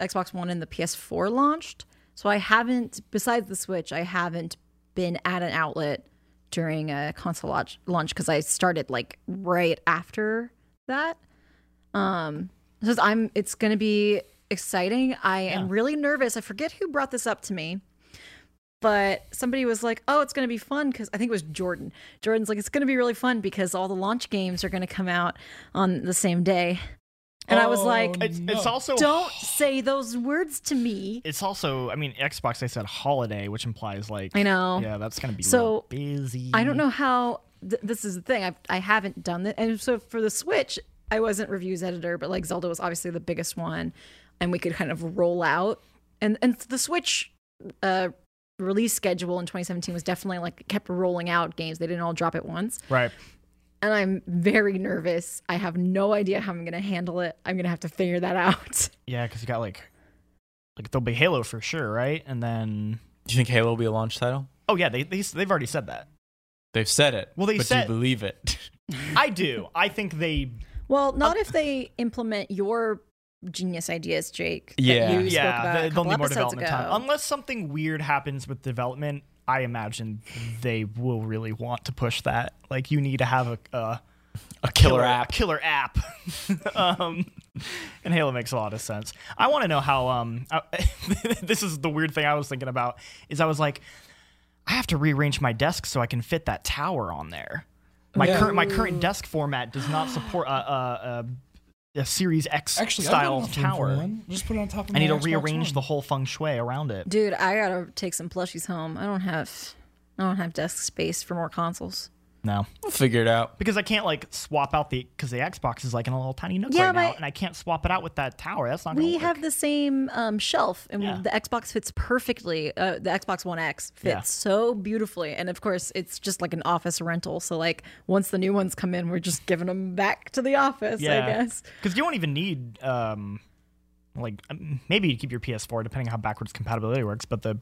Speaker 4: Xbox One and the PS4 launched. So I haven't, besides the Switch, I haven't been at an outlet during a console launch launch because I started like right after that. Um, so I'm it's gonna be exciting. I am
Speaker 2: Yeah.
Speaker 4: really nervous. I forget who brought this up to me but somebody was like, "Oh, it's going to be fun because I think it was Jordan. Jordan's like, it's going to be really fun because all the launch games are going to come out on the same day." And I was
Speaker 3: Oh,
Speaker 4: like,
Speaker 2: It's, it's
Speaker 3: No.
Speaker 2: also
Speaker 4: "Don't say those words to me."
Speaker 2: it's also I mean Xbox. They said holiday, which implies like
Speaker 4: I know.
Speaker 2: Yeah, that's gonna be
Speaker 4: So,
Speaker 2: real busy.
Speaker 4: I don't know how th- this is the thing. I've, I haven't done that. And so for the Switch, I wasn't reviews editor, but like Zelda was obviously the biggest one, and we could kind of roll out. And and the Switch uh, release schedule in 2017 was definitely like kept rolling out games. They didn't all drop at once.
Speaker 2: Right.
Speaker 4: and I'm very nervous. I have no idea how I'm going to handle it. I'm going to have to figure that out.
Speaker 2: Yeah, because you got like Like there'll be Halo for sure, right? And then
Speaker 1: Do you think Halo will be a launch title?
Speaker 2: oh yeah, they, they they've already said that.
Speaker 1: They've said it.
Speaker 2: Well, they
Speaker 1: but
Speaker 2: said-
Speaker 1: do you believe it?
Speaker 2: I do. I think they
Speaker 4: Well, not if they implement your genius ideas, Jake. that
Speaker 1: Yeah.
Speaker 4: you
Speaker 1: We
Speaker 4: spoke about
Speaker 2: yeah,
Speaker 4: a
Speaker 2: they, they'll
Speaker 4: couple
Speaker 2: need more
Speaker 4: episodes
Speaker 2: development
Speaker 4: ago.
Speaker 2: time. Unless something weird happens with development, I imagine they will really want to push that. Like you need to have a, a
Speaker 1: A killer app.
Speaker 2: killer app. um, and Halo makes a lot of sense. I want to know how. Um, I, this is the weird thing I was thinking about. Is I was like, I have to rearrange my desk so I can fit that tower on there. My
Speaker 3: Yeah.
Speaker 2: current my current desk format does not support a a, a, a Series X
Speaker 3: Actually,
Speaker 2: style
Speaker 3: I've got enough room for
Speaker 2: tower.
Speaker 3: One. Just put it on top of.
Speaker 2: I need
Speaker 3: my
Speaker 2: to
Speaker 3: Xbox
Speaker 2: rearrange
Speaker 3: One.
Speaker 2: the whole feng shui around it.
Speaker 4: Dude, I gotta take some plushies home. I don't have, I don't have desk space for more consoles.
Speaker 2: No,
Speaker 1: We'll figure it out.
Speaker 2: because I can't like swap out the because the Xbox is like in a little tiny nook
Speaker 4: Yeah,
Speaker 2: right now,
Speaker 4: but-
Speaker 2: and I can't swap it out with that tower. That's not. Gonna
Speaker 4: We
Speaker 2: work.
Speaker 4: have the same um, shelf, and
Speaker 2: Yeah.
Speaker 4: the Xbox fits perfectly. Uh, the Xbox One X fits
Speaker 2: Yeah.
Speaker 4: so beautifully, and of course, it's just like an office rental. So, like, once the new ones come in, we're just giving them back to the office, I guess.
Speaker 2: Because you won't even need, um, like, um, maybe you keep your PS4 depending on how backwards compatibility works, but the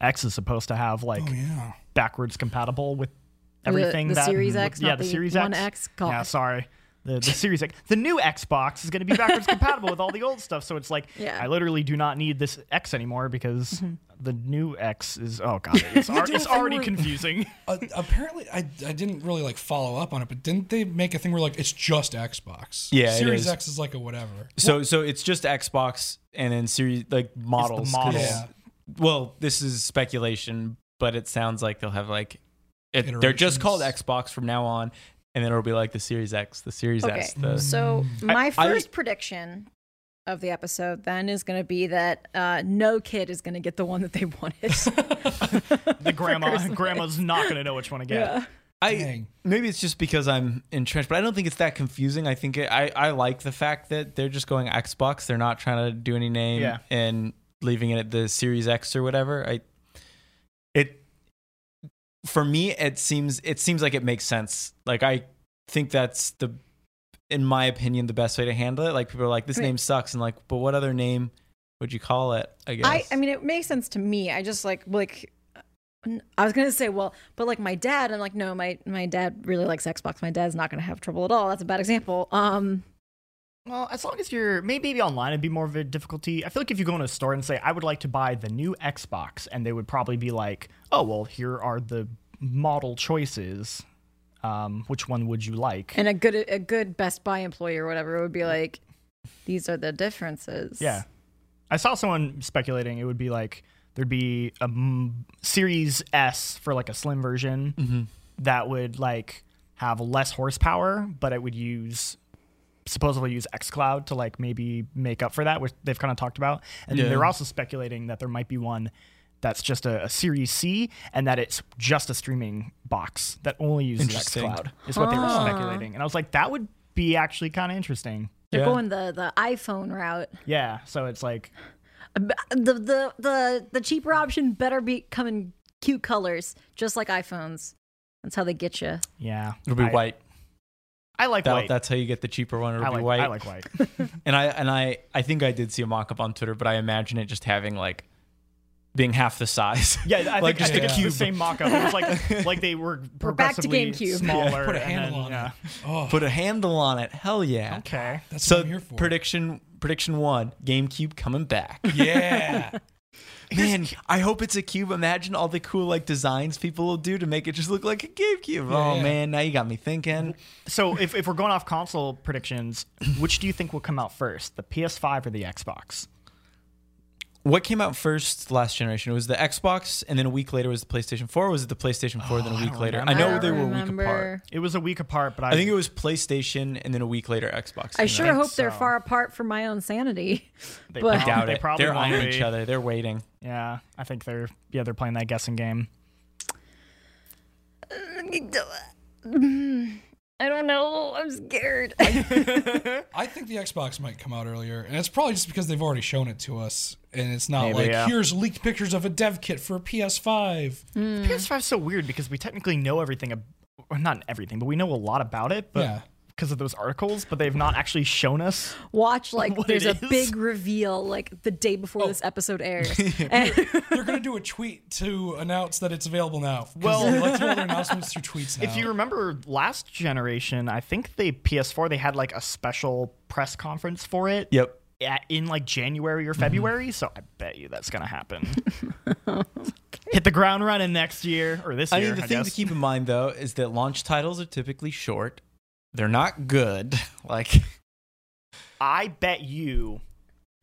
Speaker 2: X is supposed to have, like,
Speaker 3: Oh yeah.
Speaker 2: backwards compatible with everything
Speaker 4: the
Speaker 2: that.
Speaker 4: Series X,
Speaker 2: yeah,
Speaker 4: not
Speaker 2: the,
Speaker 4: the
Speaker 2: Series
Speaker 4: One
Speaker 2: X.
Speaker 4: X. God.
Speaker 2: Yeah, sorry. The, the Series X. The new Xbox is going to be backwards compatible with all the old stuff. So it's like,
Speaker 4: Yeah. Mm-hmm.
Speaker 2: I literally do not need this X anymore because the new X is, oh, God, it's, ar-
Speaker 3: did
Speaker 2: it's
Speaker 3: a thing
Speaker 2: already
Speaker 3: where-
Speaker 2: confusing.
Speaker 3: Uh, apparently, I, I didn't really like follow up on it, but didn't they make a thing where like it's just Xbox?
Speaker 1: Yeah, it
Speaker 3: Series
Speaker 1: is.
Speaker 3: X is like a whatever.
Speaker 1: So so it's just Xbox and then series like models. 'cause-
Speaker 2: model.
Speaker 3: Yeah.
Speaker 1: Well, this is speculation, but it sounds like they'll have like it, they're just
Speaker 3: Iterations.
Speaker 1: called Xbox from now on, and then it'll be like the Series X, the Series
Speaker 4: Okay.
Speaker 1: S. The,
Speaker 4: So my
Speaker 1: I-
Speaker 4: first prediction of the episode then is going to be that uh, no kid is going to get the one that they wanted.
Speaker 2: The grandma, grandma's not going to know which one to get.
Speaker 1: I
Speaker 3: Dang.
Speaker 1: maybe it's just because I'm entrenched, but I don't think it's that confusing. I think it, I I like the fact that they're just going Xbox. They're not trying to do any name
Speaker 2: Yeah.
Speaker 1: and leaving it at the Series X or whatever. I it for me it seems it seems like it makes sense. Like I think that's the in my opinion the best way to handle it. Like people are like this
Speaker 4: I mean-
Speaker 1: name sucks and like but what other name would you call it? I guess.
Speaker 4: I, I mean, it makes sense to me. I just like like n- I was gonna say, well, but like my dad, I'm like, no, my my dad really likes Xbox. My dad's not gonna have trouble at all. That's a bad example. Um,
Speaker 2: Well, as long as you're maybe, maybe online, it'd be more of a difficulty. I feel like if you go in a store and say, "I would like to buy the new Xbox," and they would probably be like, "Oh, well, here are the model choices. Um, which one would you like?"
Speaker 4: and a good a good Best Buy employee or whatever would be like, these are the differences.
Speaker 2: yeah, I saw someone speculating it would be like there'd be a m- Series S for like a slim version
Speaker 1: Mm-hmm.
Speaker 2: that would like have less horsepower, but it would use supposedly use xCloud to like maybe make up for that, which they've kind of talked about. And then
Speaker 1: Yeah.
Speaker 2: they're also speculating that there might be one that's just a, a Series C and that it's just a streaming box that only uses
Speaker 1: Interesting. Ah.
Speaker 2: xCloud is what they were speculating. And I was like, that would be actually kind of interesting.
Speaker 4: they're
Speaker 1: Yeah.
Speaker 4: going the the iPhone route.
Speaker 2: Yeah. So it's like,
Speaker 4: B- The the the the cheaper option better be coming cute colors, just like iPhones. That's how they get you.
Speaker 2: yeah.
Speaker 1: it'll be
Speaker 2: I-
Speaker 1: white.
Speaker 2: I like
Speaker 1: That,
Speaker 2: white.
Speaker 1: That's how you get the cheaper one. It'll
Speaker 2: I
Speaker 1: be
Speaker 2: like
Speaker 1: white.
Speaker 2: I like white.
Speaker 1: And I and I I think I did see a mock-up on Twitter, but I imagine it just having like being half the size.
Speaker 2: Yeah, I
Speaker 1: Like
Speaker 2: think, I
Speaker 1: just
Speaker 2: think
Speaker 1: a
Speaker 2: it's the
Speaker 1: cube.
Speaker 2: same mock-up. It was like like they were
Speaker 4: We're back to
Speaker 2: progressively
Speaker 4: GameCube.
Speaker 2: smaller.
Speaker 3: Put a
Speaker 2: and then,
Speaker 3: handle on
Speaker 2: yeah.
Speaker 3: it. Oh,
Speaker 1: Put a handle on it. Hell yeah.
Speaker 2: Okay.
Speaker 3: that's
Speaker 1: So
Speaker 3: what I'm here for.
Speaker 1: prediction prediction one, GameCube coming back.
Speaker 3: yeah.
Speaker 1: Man, I hope it's a cube. Imagine all the cool like designs people will do to make it just look like a GameCube. oh
Speaker 3: yeah.
Speaker 1: man, now you got me thinking.
Speaker 2: So if, if we're going off console predictions, which do you think will come out first, the PS5 or the Xbox?
Speaker 1: What came out first last generation? It was the Xbox, and then a week later was the PlayStation 4. Or was it the PlayStation 4? then
Speaker 3: Oh,
Speaker 1: a week later, I know
Speaker 4: don't
Speaker 1: they were a week
Speaker 4: remember.
Speaker 1: apart.
Speaker 2: It was a week apart, but I,
Speaker 1: I think it was PlayStation, and then a week later Xbox.
Speaker 4: I
Speaker 1: came out.
Speaker 4: sure
Speaker 2: think
Speaker 4: hope they're
Speaker 2: so.
Speaker 4: far apart for my own sanity.
Speaker 2: they,
Speaker 4: but-
Speaker 2: prob-
Speaker 4: I
Speaker 1: doubt
Speaker 2: they
Speaker 1: it.
Speaker 2: probably
Speaker 1: they're
Speaker 2: won't
Speaker 1: eyeing
Speaker 2: be.
Speaker 1: each other. They're waiting.
Speaker 2: Yeah, I think they're yeah they're playing that guessing game.
Speaker 4: I don't know. I'm scared.
Speaker 3: I think the Xbox might come out earlier, and it's probably just because they've already shown it to us, and it's not
Speaker 2: Maybe,
Speaker 3: like
Speaker 2: yeah.
Speaker 3: here's leaked pictures of a dev kit for a PS5.
Speaker 2: PS5 is so weird because we technically know everything, ab- or not everything, but we know a lot about it. But
Speaker 3: Yeah.
Speaker 2: because of those articles, but they've not actually shown us.
Speaker 4: Watch like
Speaker 2: What
Speaker 4: there's a
Speaker 2: it is.
Speaker 4: big reveal like the day before this episode airs. And-
Speaker 3: They're gonna do a tweet to announce that it's available now. 'Cause
Speaker 2: Well-
Speaker 3: they like to do all their announcements through tweets now.
Speaker 2: If
Speaker 1: Oh.
Speaker 2: you remember last generation, I think the PS4 they had like a special press conference for it.
Speaker 1: Yep. Mm-hmm.
Speaker 2: at- in like January or February, so I bet you that's gonna happen. Hit the ground running next year or this
Speaker 1: I
Speaker 2: year.
Speaker 1: mean, the thing to
Speaker 2: guess.
Speaker 1: keep in mind though is that launch titles are typically short. They're not good. Like
Speaker 2: I bet you.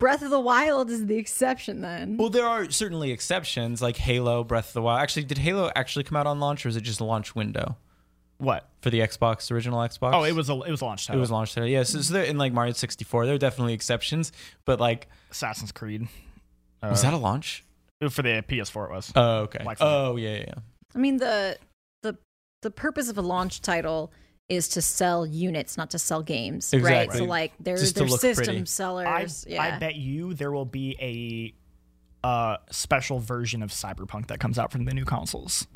Speaker 4: Breath of the Wild is the exception then.
Speaker 1: Well, there are certainly exceptions, like Halo, Breath of the Wild. Actually, did Halo actually come out on launch, or is it just launch window
Speaker 2: What?
Speaker 1: for the Xbox original Xbox?
Speaker 2: Oh, it was a it was a launch
Speaker 1: it
Speaker 2: title.
Speaker 1: was launched there. Yeah, so, so there, in like Mario sixty four, there are definitely exceptions, but like,
Speaker 2: Assassin's Creed Uh,
Speaker 1: was that a launch?
Speaker 2: for the PS4. It was.
Speaker 1: Oh, okay.
Speaker 2: Black Flag.
Speaker 1: oh, yeah, yeah, yeah.
Speaker 4: I mean the the the purpose of a launch title is to sell units, not to sell games, right?
Speaker 1: Exactly.
Speaker 4: So like they're
Speaker 1: Just to
Speaker 4: they're
Speaker 1: look
Speaker 4: system
Speaker 1: pretty.
Speaker 2: I,
Speaker 4: sellers. yeah.
Speaker 2: I bet you there will be a uh, special version of Cyberpunk that comes out from the new consoles.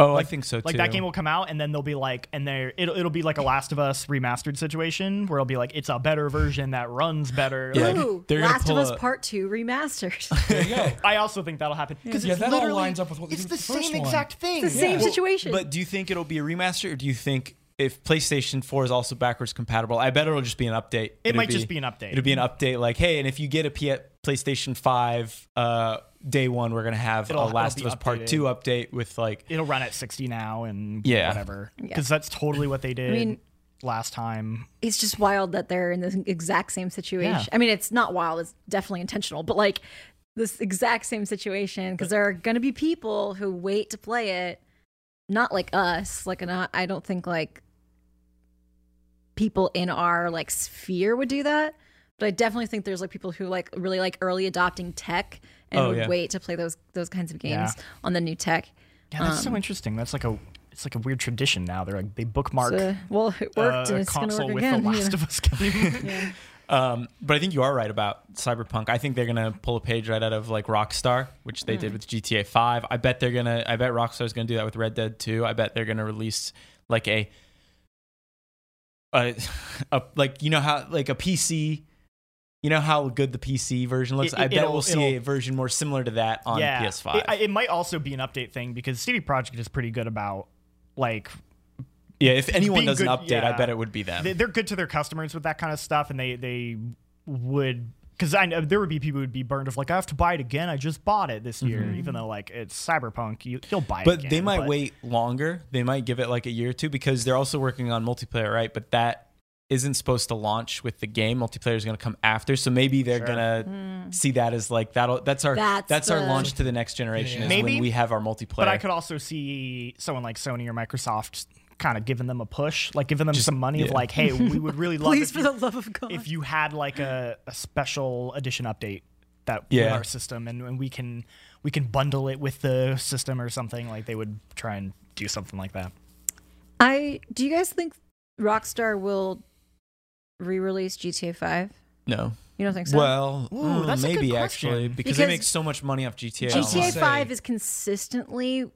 Speaker 1: Oh, I think so too.
Speaker 2: Like that game will come out, and then they'll be like, and they it'll it'll be like a Last of Us remastered situation where it'll be like it's a better version that runs better.
Speaker 1: Yeah.
Speaker 2: Like,
Speaker 4: Ooh,
Speaker 1: they're gonna
Speaker 4: Last of
Speaker 1: pull
Speaker 4: Us
Speaker 1: a-
Speaker 4: Part Two remastered.
Speaker 3: there you go.
Speaker 2: I also think that'll happen because
Speaker 3: Yeah,
Speaker 2: it's
Speaker 3: that all
Speaker 2: literally
Speaker 3: lines up with what they
Speaker 2: it's
Speaker 3: did
Speaker 2: the,
Speaker 3: with the first
Speaker 2: same
Speaker 3: one.
Speaker 2: exact thing.
Speaker 4: It's the same situation.
Speaker 1: But do you think it'll be a remaster, or do you think if PlayStation Four is also backwards compatible, I bet it'll just be an update.
Speaker 2: It might just be an update.
Speaker 1: It'll be an update, like hey, and if you get a P- PlayStation Five uh, day one, we're gonna have
Speaker 2: It'll-
Speaker 1: a Last of
Speaker 2: it'll
Speaker 1: Us
Speaker 2: be
Speaker 1: Part
Speaker 2: updated.
Speaker 1: Two update with like
Speaker 2: It'll run at 60 now and
Speaker 1: Yeah.
Speaker 2: whatever
Speaker 4: Yeah.
Speaker 2: because that's totally what they did
Speaker 4: mean-
Speaker 2: last time.
Speaker 4: it's just wild that they're in this exact same situation.
Speaker 2: Yeah.
Speaker 4: I mean, it's not wild, it's definitely intentional, but like this exact same situation because there are going to be people who wait to play it, not like us, like not I don't think like people in our like sphere would do that, but I definitely think there's like people who like really like early adopting tech and
Speaker 1: Oh,
Speaker 4: would
Speaker 1: yeah.
Speaker 4: wait to play those those kinds of
Speaker 2: Yeah.
Speaker 4: games on the new tech.
Speaker 2: Yeah, that's
Speaker 4: um,
Speaker 2: so interesting. That's like a it's like a weird tradition now. They're like they bookmark
Speaker 4: So, well, it worked
Speaker 2: uh,
Speaker 4: and
Speaker 2: a
Speaker 4: it's going to
Speaker 2: console
Speaker 4: work
Speaker 2: with
Speaker 4: again.
Speaker 2: the
Speaker 4: you know.
Speaker 2: Last of Us game.
Speaker 1: Um, but I think you are right about Cyberpunk. I think they're gonna pull a page right out of like Rockstar, which they
Speaker 2: Hmm.
Speaker 1: did with GTA Five. I bet they're gonna. I bet Rockstar's gonna do that with Red Dead Two. I bet they're gonna release like a, a, a like you know how like a PC. You know how good the PC version looks.
Speaker 2: It-
Speaker 1: I
Speaker 2: it-
Speaker 1: bet
Speaker 2: it'll-
Speaker 1: we'll see a
Speaker 2: it'll-
Speaker 1: version more similar to that on
Speaker 2: yeah,
Speaker 1: PS5.
Speaker 2: It, I- it might also be an update thing because CD Projekt is pretty good about like
Speaker 1: yeah, if anyone
Speaker 2: being
Speaker 1: does an
Speaker 2: good-
Speaker 1: update, I
Speaker 2: yeah.
Speaker 1: bet it would be them.
Speaker 2: they, they're good to their customers with that kind of stuff, and they they would because I know there would be people who'd be burned of like I have to buy it again. I just bought it this year, even though like it's Cyberpunk, you, you'll buy it.
Speaker 1: Mm-hmm. but they
Speaker 2: again,
Speaker 1: might wait longer. They might give it like a year or two because they're also working on multiplayer, right? But that isn't supposed to launch with the game. Multiplayer is going to come after, so maybe they're
Speaker 2: Sure.
Speaker 1: going to see that as like that'll that's our that's,
Speaker 4: Hmm. That's
Speaker 1: our
Speaker 4: the-
Speaker 1: launch to the next generation.
Speaker 3: Yeah.
Speaker 1: Is
Speaker 2: Maybe.
Speaker 1: when we have our multiplayer.
Speaker 2: But I could also see someone like Sony or Microsoft kind of giving them a push, like giving them some money of
Speaker 1: yeah.
Speaker 2: like, hey, we would really love
Speaker 4: Please,
Speaker 2: if
Speaker 4: for
Speaker 2: you,
Speaker 4: the love of God.
Speaker 2: if you had like a, a special edition update that with
Speaker 1: Yeah.
Speaker 2: our system, and, and we can we can bundle it with the system or something. Like they would try and do something like that.
Speaker 4: I do you guys think Rockstar will re-release GTA 5?
Speaker 1: no.
Speaker 4: You don't think so?
Speaker 1: well,
Speaker 2: Ooh,
Speaker 1: mm,
Speaker 2: that's a good
Speaker 1: maybe
Speaker 2: question.
Speaker 1: actually because, they
Speaker 4: Because
Speaker 1: make so much money off GTA.
Speaker 4: GTA
Speaker 1: Online.
Speaker 3: say-
Speaker 4: 5 is consistently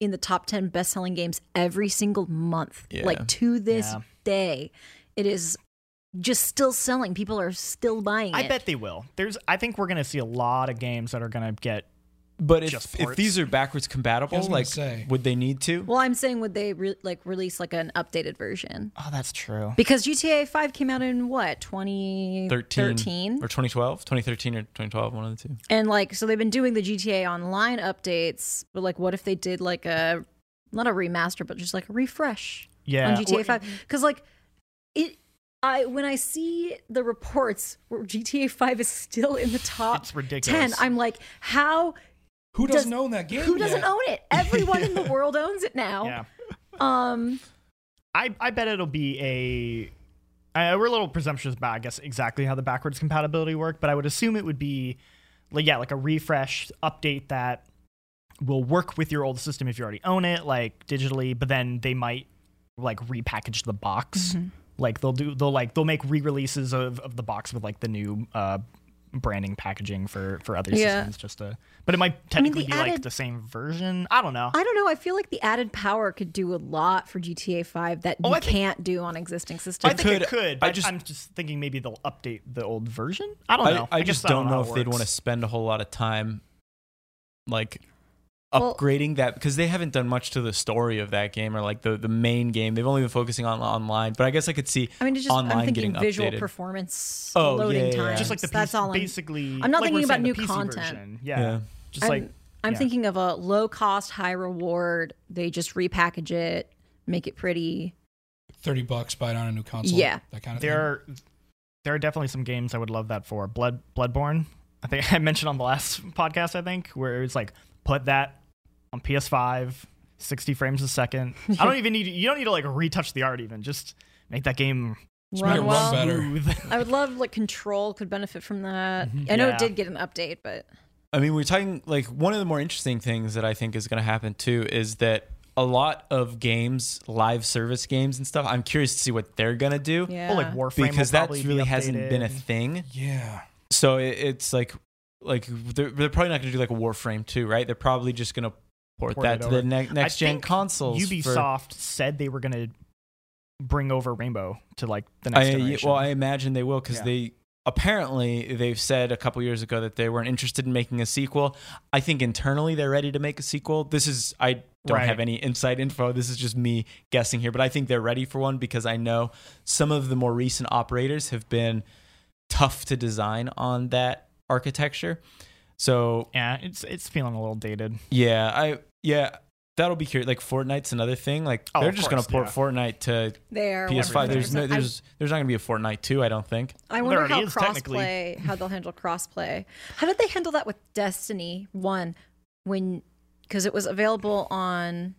Speaker 4: in the top 10 best-selling games every single month.
Speaker 1: Yeah.
Speaker 4: Like to this
Speaker 2: Yeah.
Speaker 4: day, it is just still selling. People are still buying
Speaker 2: I
Speaker 4: it.
Speaker 2: bet they will. There's I think we're gonna see a lot of games that are gonna get
Speaker 1: But if,
Speaker 2: Just
Speaker 1: if
Speaker 2: ports.
Speaker 1: these are backwards
Speaker 3: I
Speaker 1: compatible,
Speaker 3: was gonna
Speaker 1: like
Speaker 3: say.
Speaker 1: would they need to?
Speaker 4: Well, I'm saying would they re- like release like an updated version?
Speaker 2: Oh, that's true.
Speaker 4: Because GTA 5 came out in what?
Speaker 1: 13
Speaker 4: 2013.
Speaker 1: or 2012, 2013 or 2012, one of the two.
Speaker 4: And like, so they've been doing the GTA Online updates, but like, what if they did like a not a remaster, but just like a refresh
Speaker 2: Yeah.
Speaker 4: on GTA
Speaker 2: Or-
Speaker 4: Five? Because like, it I when I see the reports where GTA Five is still in the top
Speaker 2: It's ridiculous.
Speaker 4: ten, I'm like, how
Speaker 3: Who doesn't
Speaker 4: Does-
Speaker 3: own that game?
Speaker 4: who doesn't
Speaker 3: yet?
Speaker 4: own it? Everyone in the world owns it now.
Speaker 2: Yeah.
Speaker 4: Um,
Speaker 2: I, I bet it'll be a. I, we're a little presumptuous about, I guess, exactly how the backwards compatibility worked, but I would assume it would be, like, yeah, like a refresh update that will work with your old system if you already own it, like digitally. But then they might like repackage the
Speaker 4: Mm-hmm.
Speaker 2: box. Like they'll do, they'll like they'll make re-releases of, of the box with like the new uh, branding packaging for for other
Speaker 4: Yeah.
Speaker 2: systems. Just to, but it might technically
Speaker 4: the
Speaker 2: be like
Speaker 4: added-
Speaker 2: the same version. I don't know.
Speaker 4: I don't know. I feel like the added power could do a lot for GTA 5 that you
Speaker 2: Oh, I think-
Speaker 4: can't do on existing
Speaker 2: I
Speaker 4: systems.
Speaker 2: think it
Speaker 1: could-
Speaker 2: could.
Speaker 1: I
Speaker 2: But I
Speaker 1: just-
Speaker 2: am just thinking maybe they'll update the old version. Oh, I don't
Speaker 1: I,
Speaker 2: know.
Speaker 1: I
Speaker 2: guess
Speaker 1: just don't
Speaker 2: how
Speaker 1: know
Speaker 2: it
Speaker 1: if they'd
Speaker 2: works.
Speaker 1: want to spend a whole lot of time like
Speaker 4: Well-
Speaker 1: upgrading that because they haven't done much to the story of that game or like the, the main game. They've only been focusing on online, but I guess I could see
Speaker 4: I mean, it's just
Speaker 1: online
Speaker 4: I'm thinking
Speaker 1: getting
Speaker 4: visual
Speaker 1: updated.
Speaker 4: performance,
Speaker 1: Oh,
Speaker 4: loading
Speaker 1: yeah, yeah, yeah.
Speaker 4: times.
Speaker 2: Just like the PC,
Speaker 4: that's all. I'm,
Speaker 2: basically.
Speaker 4: I'm not
Speaker 2: like we were
Speaker 4: thinking
Speaker 2: saying,
Speaker 4: about
Speaker 2: the
Speaker 4: new
Speaker 2: PC
Speaker 4: content.
Speaker 2: version. Yeah.
Speaker 1: Yeah.
Speaker 2: Just
Speaker 4: I'm,
Speaker 2: like
Speaker 4: I'm
Speaker 2: yeah.
Speaker 4: thinking of a low cost, high reward. They just repackage it, make it pretty.
Speaker 3: Thirty bucks, buy it on a new console.
Speaker 4: Yeah.
Speaker 3: that kind of
Speaker 2: there
Speaker 3: thing.
Speaker 2: are there are definitely some games I would love that for. Blood Bloodborne. I think I mentioned on the last podcast. I think where it was like put that on PS5, 60 frames a second. I don't even need you don't need to like retouch the art even. Just make that game
Speaker 3: make it
Speaker 4: Run
Speaker 3: run
Speaker 4: well.
Speaker 3: better.
Speaker 2: smooth.
Speaker 4: I would love like control could benefit from that. I know
Speaker 2: Mm-hmm. Yeah.
Speaker 4: it did get an update, but
Speaker 1: I mean, we're talking like one of the more interesting things that I think is going to happen too is that a lot of games, live service games and stuff, I'm curious to see what they're going to do
Speaker 4: yeah,
Speaker 2: Well, like Warframe
Speaker 1: because
Speaker 2: will
Speaker 1: that
Speaker 2: probably be
Speaker 1: really hasn't been a
Speaker 2: updated.
Speaker 1: thing.
Speaker 3: yeah,
Speaker 1: So it, it's like, like they're, they're probably not going to do like a Warframe 2, right? They're probably just going to port,
Speaker 2: Port
Speaker 1: that
Speaker 2: it
Speaker 1: to the
Speaker 2: over.
Speaker 1: ne- next gen
Speaker 2: think
Speaker 1: consoles. for-
Speaker 2: Ubisoft said they were gonna bring over Rainbow to like the next
Speaker 1: I, y-
Speaker 2: generation.
Speaker 1: well, I imagine they will because
Speaker 2: Yeah.
Speaker 1: they apparently they've said a couple years ago that they weren't interested in making a sequel. I think internally they're ready to make a sequel. This is I don't
Speaker 2: Right.
Speaker 1: have any inside info. This is just me guessing here, but I think they're ready for one because I know some of the more recent operators have been tough to design on that architecture. So
Speaker 2: yeah, it's it's feeling a little dated.
Speaker 4: Mm-hmm.
Speaker 1: yeah, I yeah. That'll be curious. Like Fortnite's another thing. Like
Speaker 2: Oh,
Speaker 1: they're
Speaker 2: of
Speaker 1: just gonna
Speaker 2: course,
Speaker 1: port Fortnite to
Speaker 4: they are
Speaker 1: PS5. There's no,
Speaker 4: 100%.
Speaker 1: there's there's not gonna be a Fortnite two. I don't think.
Speaker 4: I, I wonder
Speaker 2: already
Speaker 4: how
Speaker 2: is, technically.
Speaker 4: crossplay, how they'll handle crossplay. How did they handle that with Destiny One when because it was available on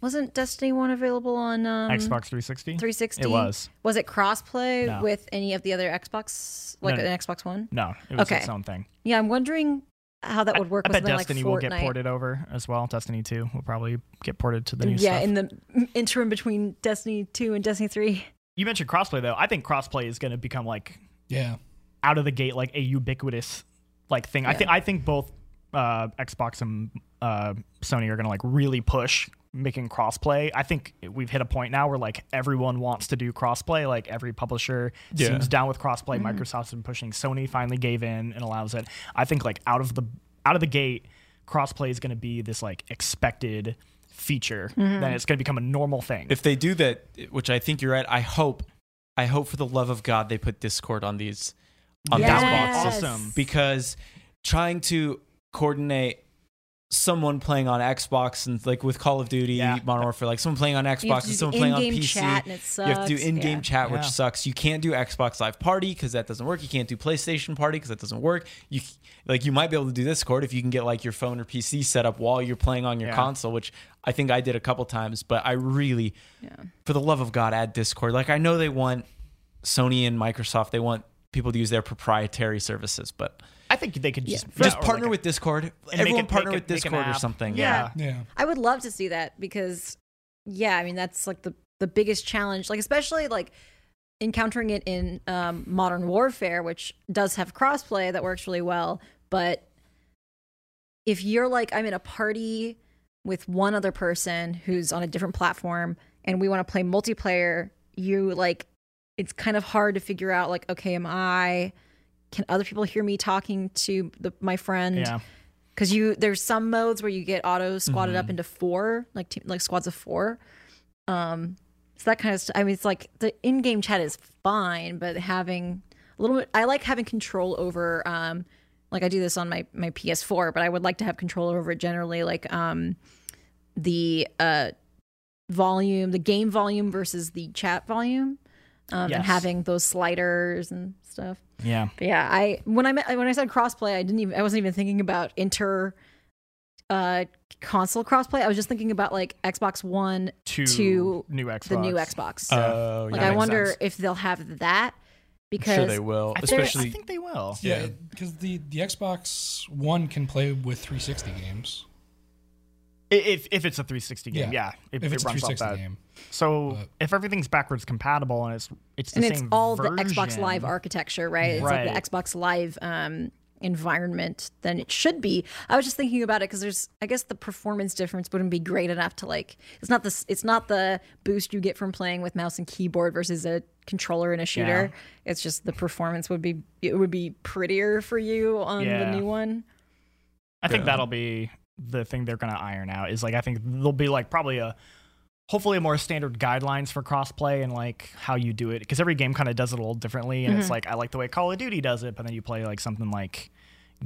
Speaker 4: wasn't Destiny One available on um,
Speaker 2: Xbox 360.
Speaker 4: 360?
Speaker 2: It was.
Speaker 4: Was it crossplay
Speaker 2: No.
Speaker 4: with any of the other Xbox, like
Speaker 2: No, no.
Speaker 4: an Xbox One?
Speaker 2: No, it was
Speaker 4: Okay.
Speaker 2: its own thing.
Speaker 4: Yeah, I'm wondering how that would work.
Speaker 2: I
Speaker 4: with
Speaker 2: bet
Speaker 4: something
Speaker 2: Destiny
Speaker 4: like
Speaker 2: will get
Speaker 4: Fortnite.
Speaker 2: ported over as well. Destiny 2 will probably get ported to the new
Speaker 4: Mm, Yeah,
Speaker 2: stuff.
Speaker 4: in the interim between Destiny Two and Destiny Three.
Speaker 2: you mentioned crossplay though. I think crossplay is going to become like
Speaker 3: yeah.
Speaker 2: out of the gate like a ubiquitous like thing. I think I think both uh, Xbox and uh, Sony are going to like really push making crossplay. I think we've hit a point now where like everyone wants to do crossplay. Like every publisher
Speaker 1: Yeah.
Speaker 2: seems down with crossplay. Microsoft's been pushing. Sony finally gave in and allows it. I think like out of the out of the gate, crossplay is going to be this like expected feature. Then it's going to become a normal thing.
Speaker 1: If they do that, which I think you're right, I hope, I hope for the love of God they put Discord on these, on
Speaker 2: Yes.
Speaker 1: these boxes
Speaker 2: Awesome.
Speaker 1: because trying to coordinate someone playing on Xbox and like with Call of Duty,
Speaker 2: Yeah.
Speaker 1: Modern Warfare, like someone playing on
Speaker 4: You have
Speaker 1: Xbox
Speaker 4: to
Speaker 1: and
Speaker 4: do
Speaker 1: someone playing on
Speaker 4: in-game
Speaker 1: PC.
Speaker 4: chat and it
Speaker 1: You have to do
Speaker 4: sucks.
Speaker 1: in-game
Speaker 4: Yeah.
Speaker 1: chat, which
Speaker 2: Yeah.
Speaker 1: sucks. You can't do Xbox Live Party because that doesn't work. You can't do PlayStation Party because that doesn't work. You like you might be able to do Discord if you can get like your phone or PC set up while you're playing on your
Speaker 2: Yeah.
Speaker 1: console, which I think I did a couple times. But I really, for the love of God, add Discord. Like I know they want Sony and Microsoft, they want people to use their proprietary services, but
Speaker 2: I think they could just
Speaker 1: just
Speaker 2: yeah, or,
Speaker 1: partner
Speaker 2: like,
Speaker 1: with Discord.
Speaker 2: make
Speaker 1: Everyone
Speaker 2: it-
Speaker 1: partner
Speaker 2: make
Speaker 1: with
Speaker 2: it- make an
Speaker 1: Discord or
Speaker 2: app.
Speaker 1: something.
Speaker 2: Yeah.
Speaker 3: Yeah.
Speaker 4: I would love to see that because yeah, I mean that's like the the biggest challenge, like especially like encountering it in um, Modern Warfare, which does have crossplay that works really well, but if you're like I'm in a party with one other person who's on a different platform and we want to play multiplayer, you like it's kind of hard to figure out like okay, am I can other people hear me talking to the, my friend?
Speaker 2: Yeah.
Speaker 4: because you there's some modes where you get auto squatted up into four like team, like squads of four um so that kind of st- i mean it's like the in-game chat is fine but having a little bit i like having control over um like i do this on my my ps4 but i would like to have control over it generally like um the uh volume the game volume versus the chat volume um
Speaker 2: Yes.
Speaker 4: and having those sliders and stuff
Speaker 2: Yeah.
Speaker 4: but yeah, I when I met, when I said crossplay, I didn't even I wasn't even thinking about inter uh console crossplay. I was just thinking about like Xbox One
Speaker 2: To,
Speaker 4: To
Speaker 2: new Xbox. Uh,
Speaker 4: the new Xbox.
Speaker 1: Oh,
Speaker 4: like
Speaker 1: yeah.
Speaker 4: I
Speaker 2: makes
Speaker 4: wonder
Speaker 2: sense.
Speaker 4: if they'll have that
Speaker 1: I'm
Speaker 4: because
Speaker 1: sure they will,
Speaker 2: I think,
Speaker 1: especially
Speaker 2: I think they will.
Speaker 3: Yeah, because the the Xbox One can play with 360 games.
Speaker 2: I- If if it's a 360 game, yeah,
Speaker 3: Yeah.
Speaker 2: it,
Speaker 3: if
Speaker 2: it
Speaker 3: it's a
Speaker 2: runs off
Speaker 3: 360
Speaker 2: that.
Speaker 3: game.
Speaker 2: So
Speaker 3: But-
Speaker 2: if everything's backwards compatible and it's it's the
Speaker 4: and
Speaker 2: same
Speaker 4: it's all the Xbox
Speaker 2: version-
Speaker 4: Live architecture, right? It's
Speaker 2: Right.
Speaker 4: like the Xbox Live um, environment. Then it should be. I was just thinking about it because there's, I guess, the performance difference wouldn't be great enough to like. It's not this. It's not the boost you get from playing with mouse and keyboard versus a controller and a shooter. It's just the performance would be. It would be prettier for you on
Speaker 2: Yeah.
Speaker 4: the new one.
Speaker 2: I think
Speaker 1: Yeah.
Speaker 2: that'll be the thing they're gonna iron out. Is like I think there'll be like probably a hopefully a more standard guidelines for crossplay and like how you do it because every game kind of does it a little differently and it's
Speaker 4: Mm-hmm.
Speaker 2: like I like the way Call of Duty does it, but then you play like something like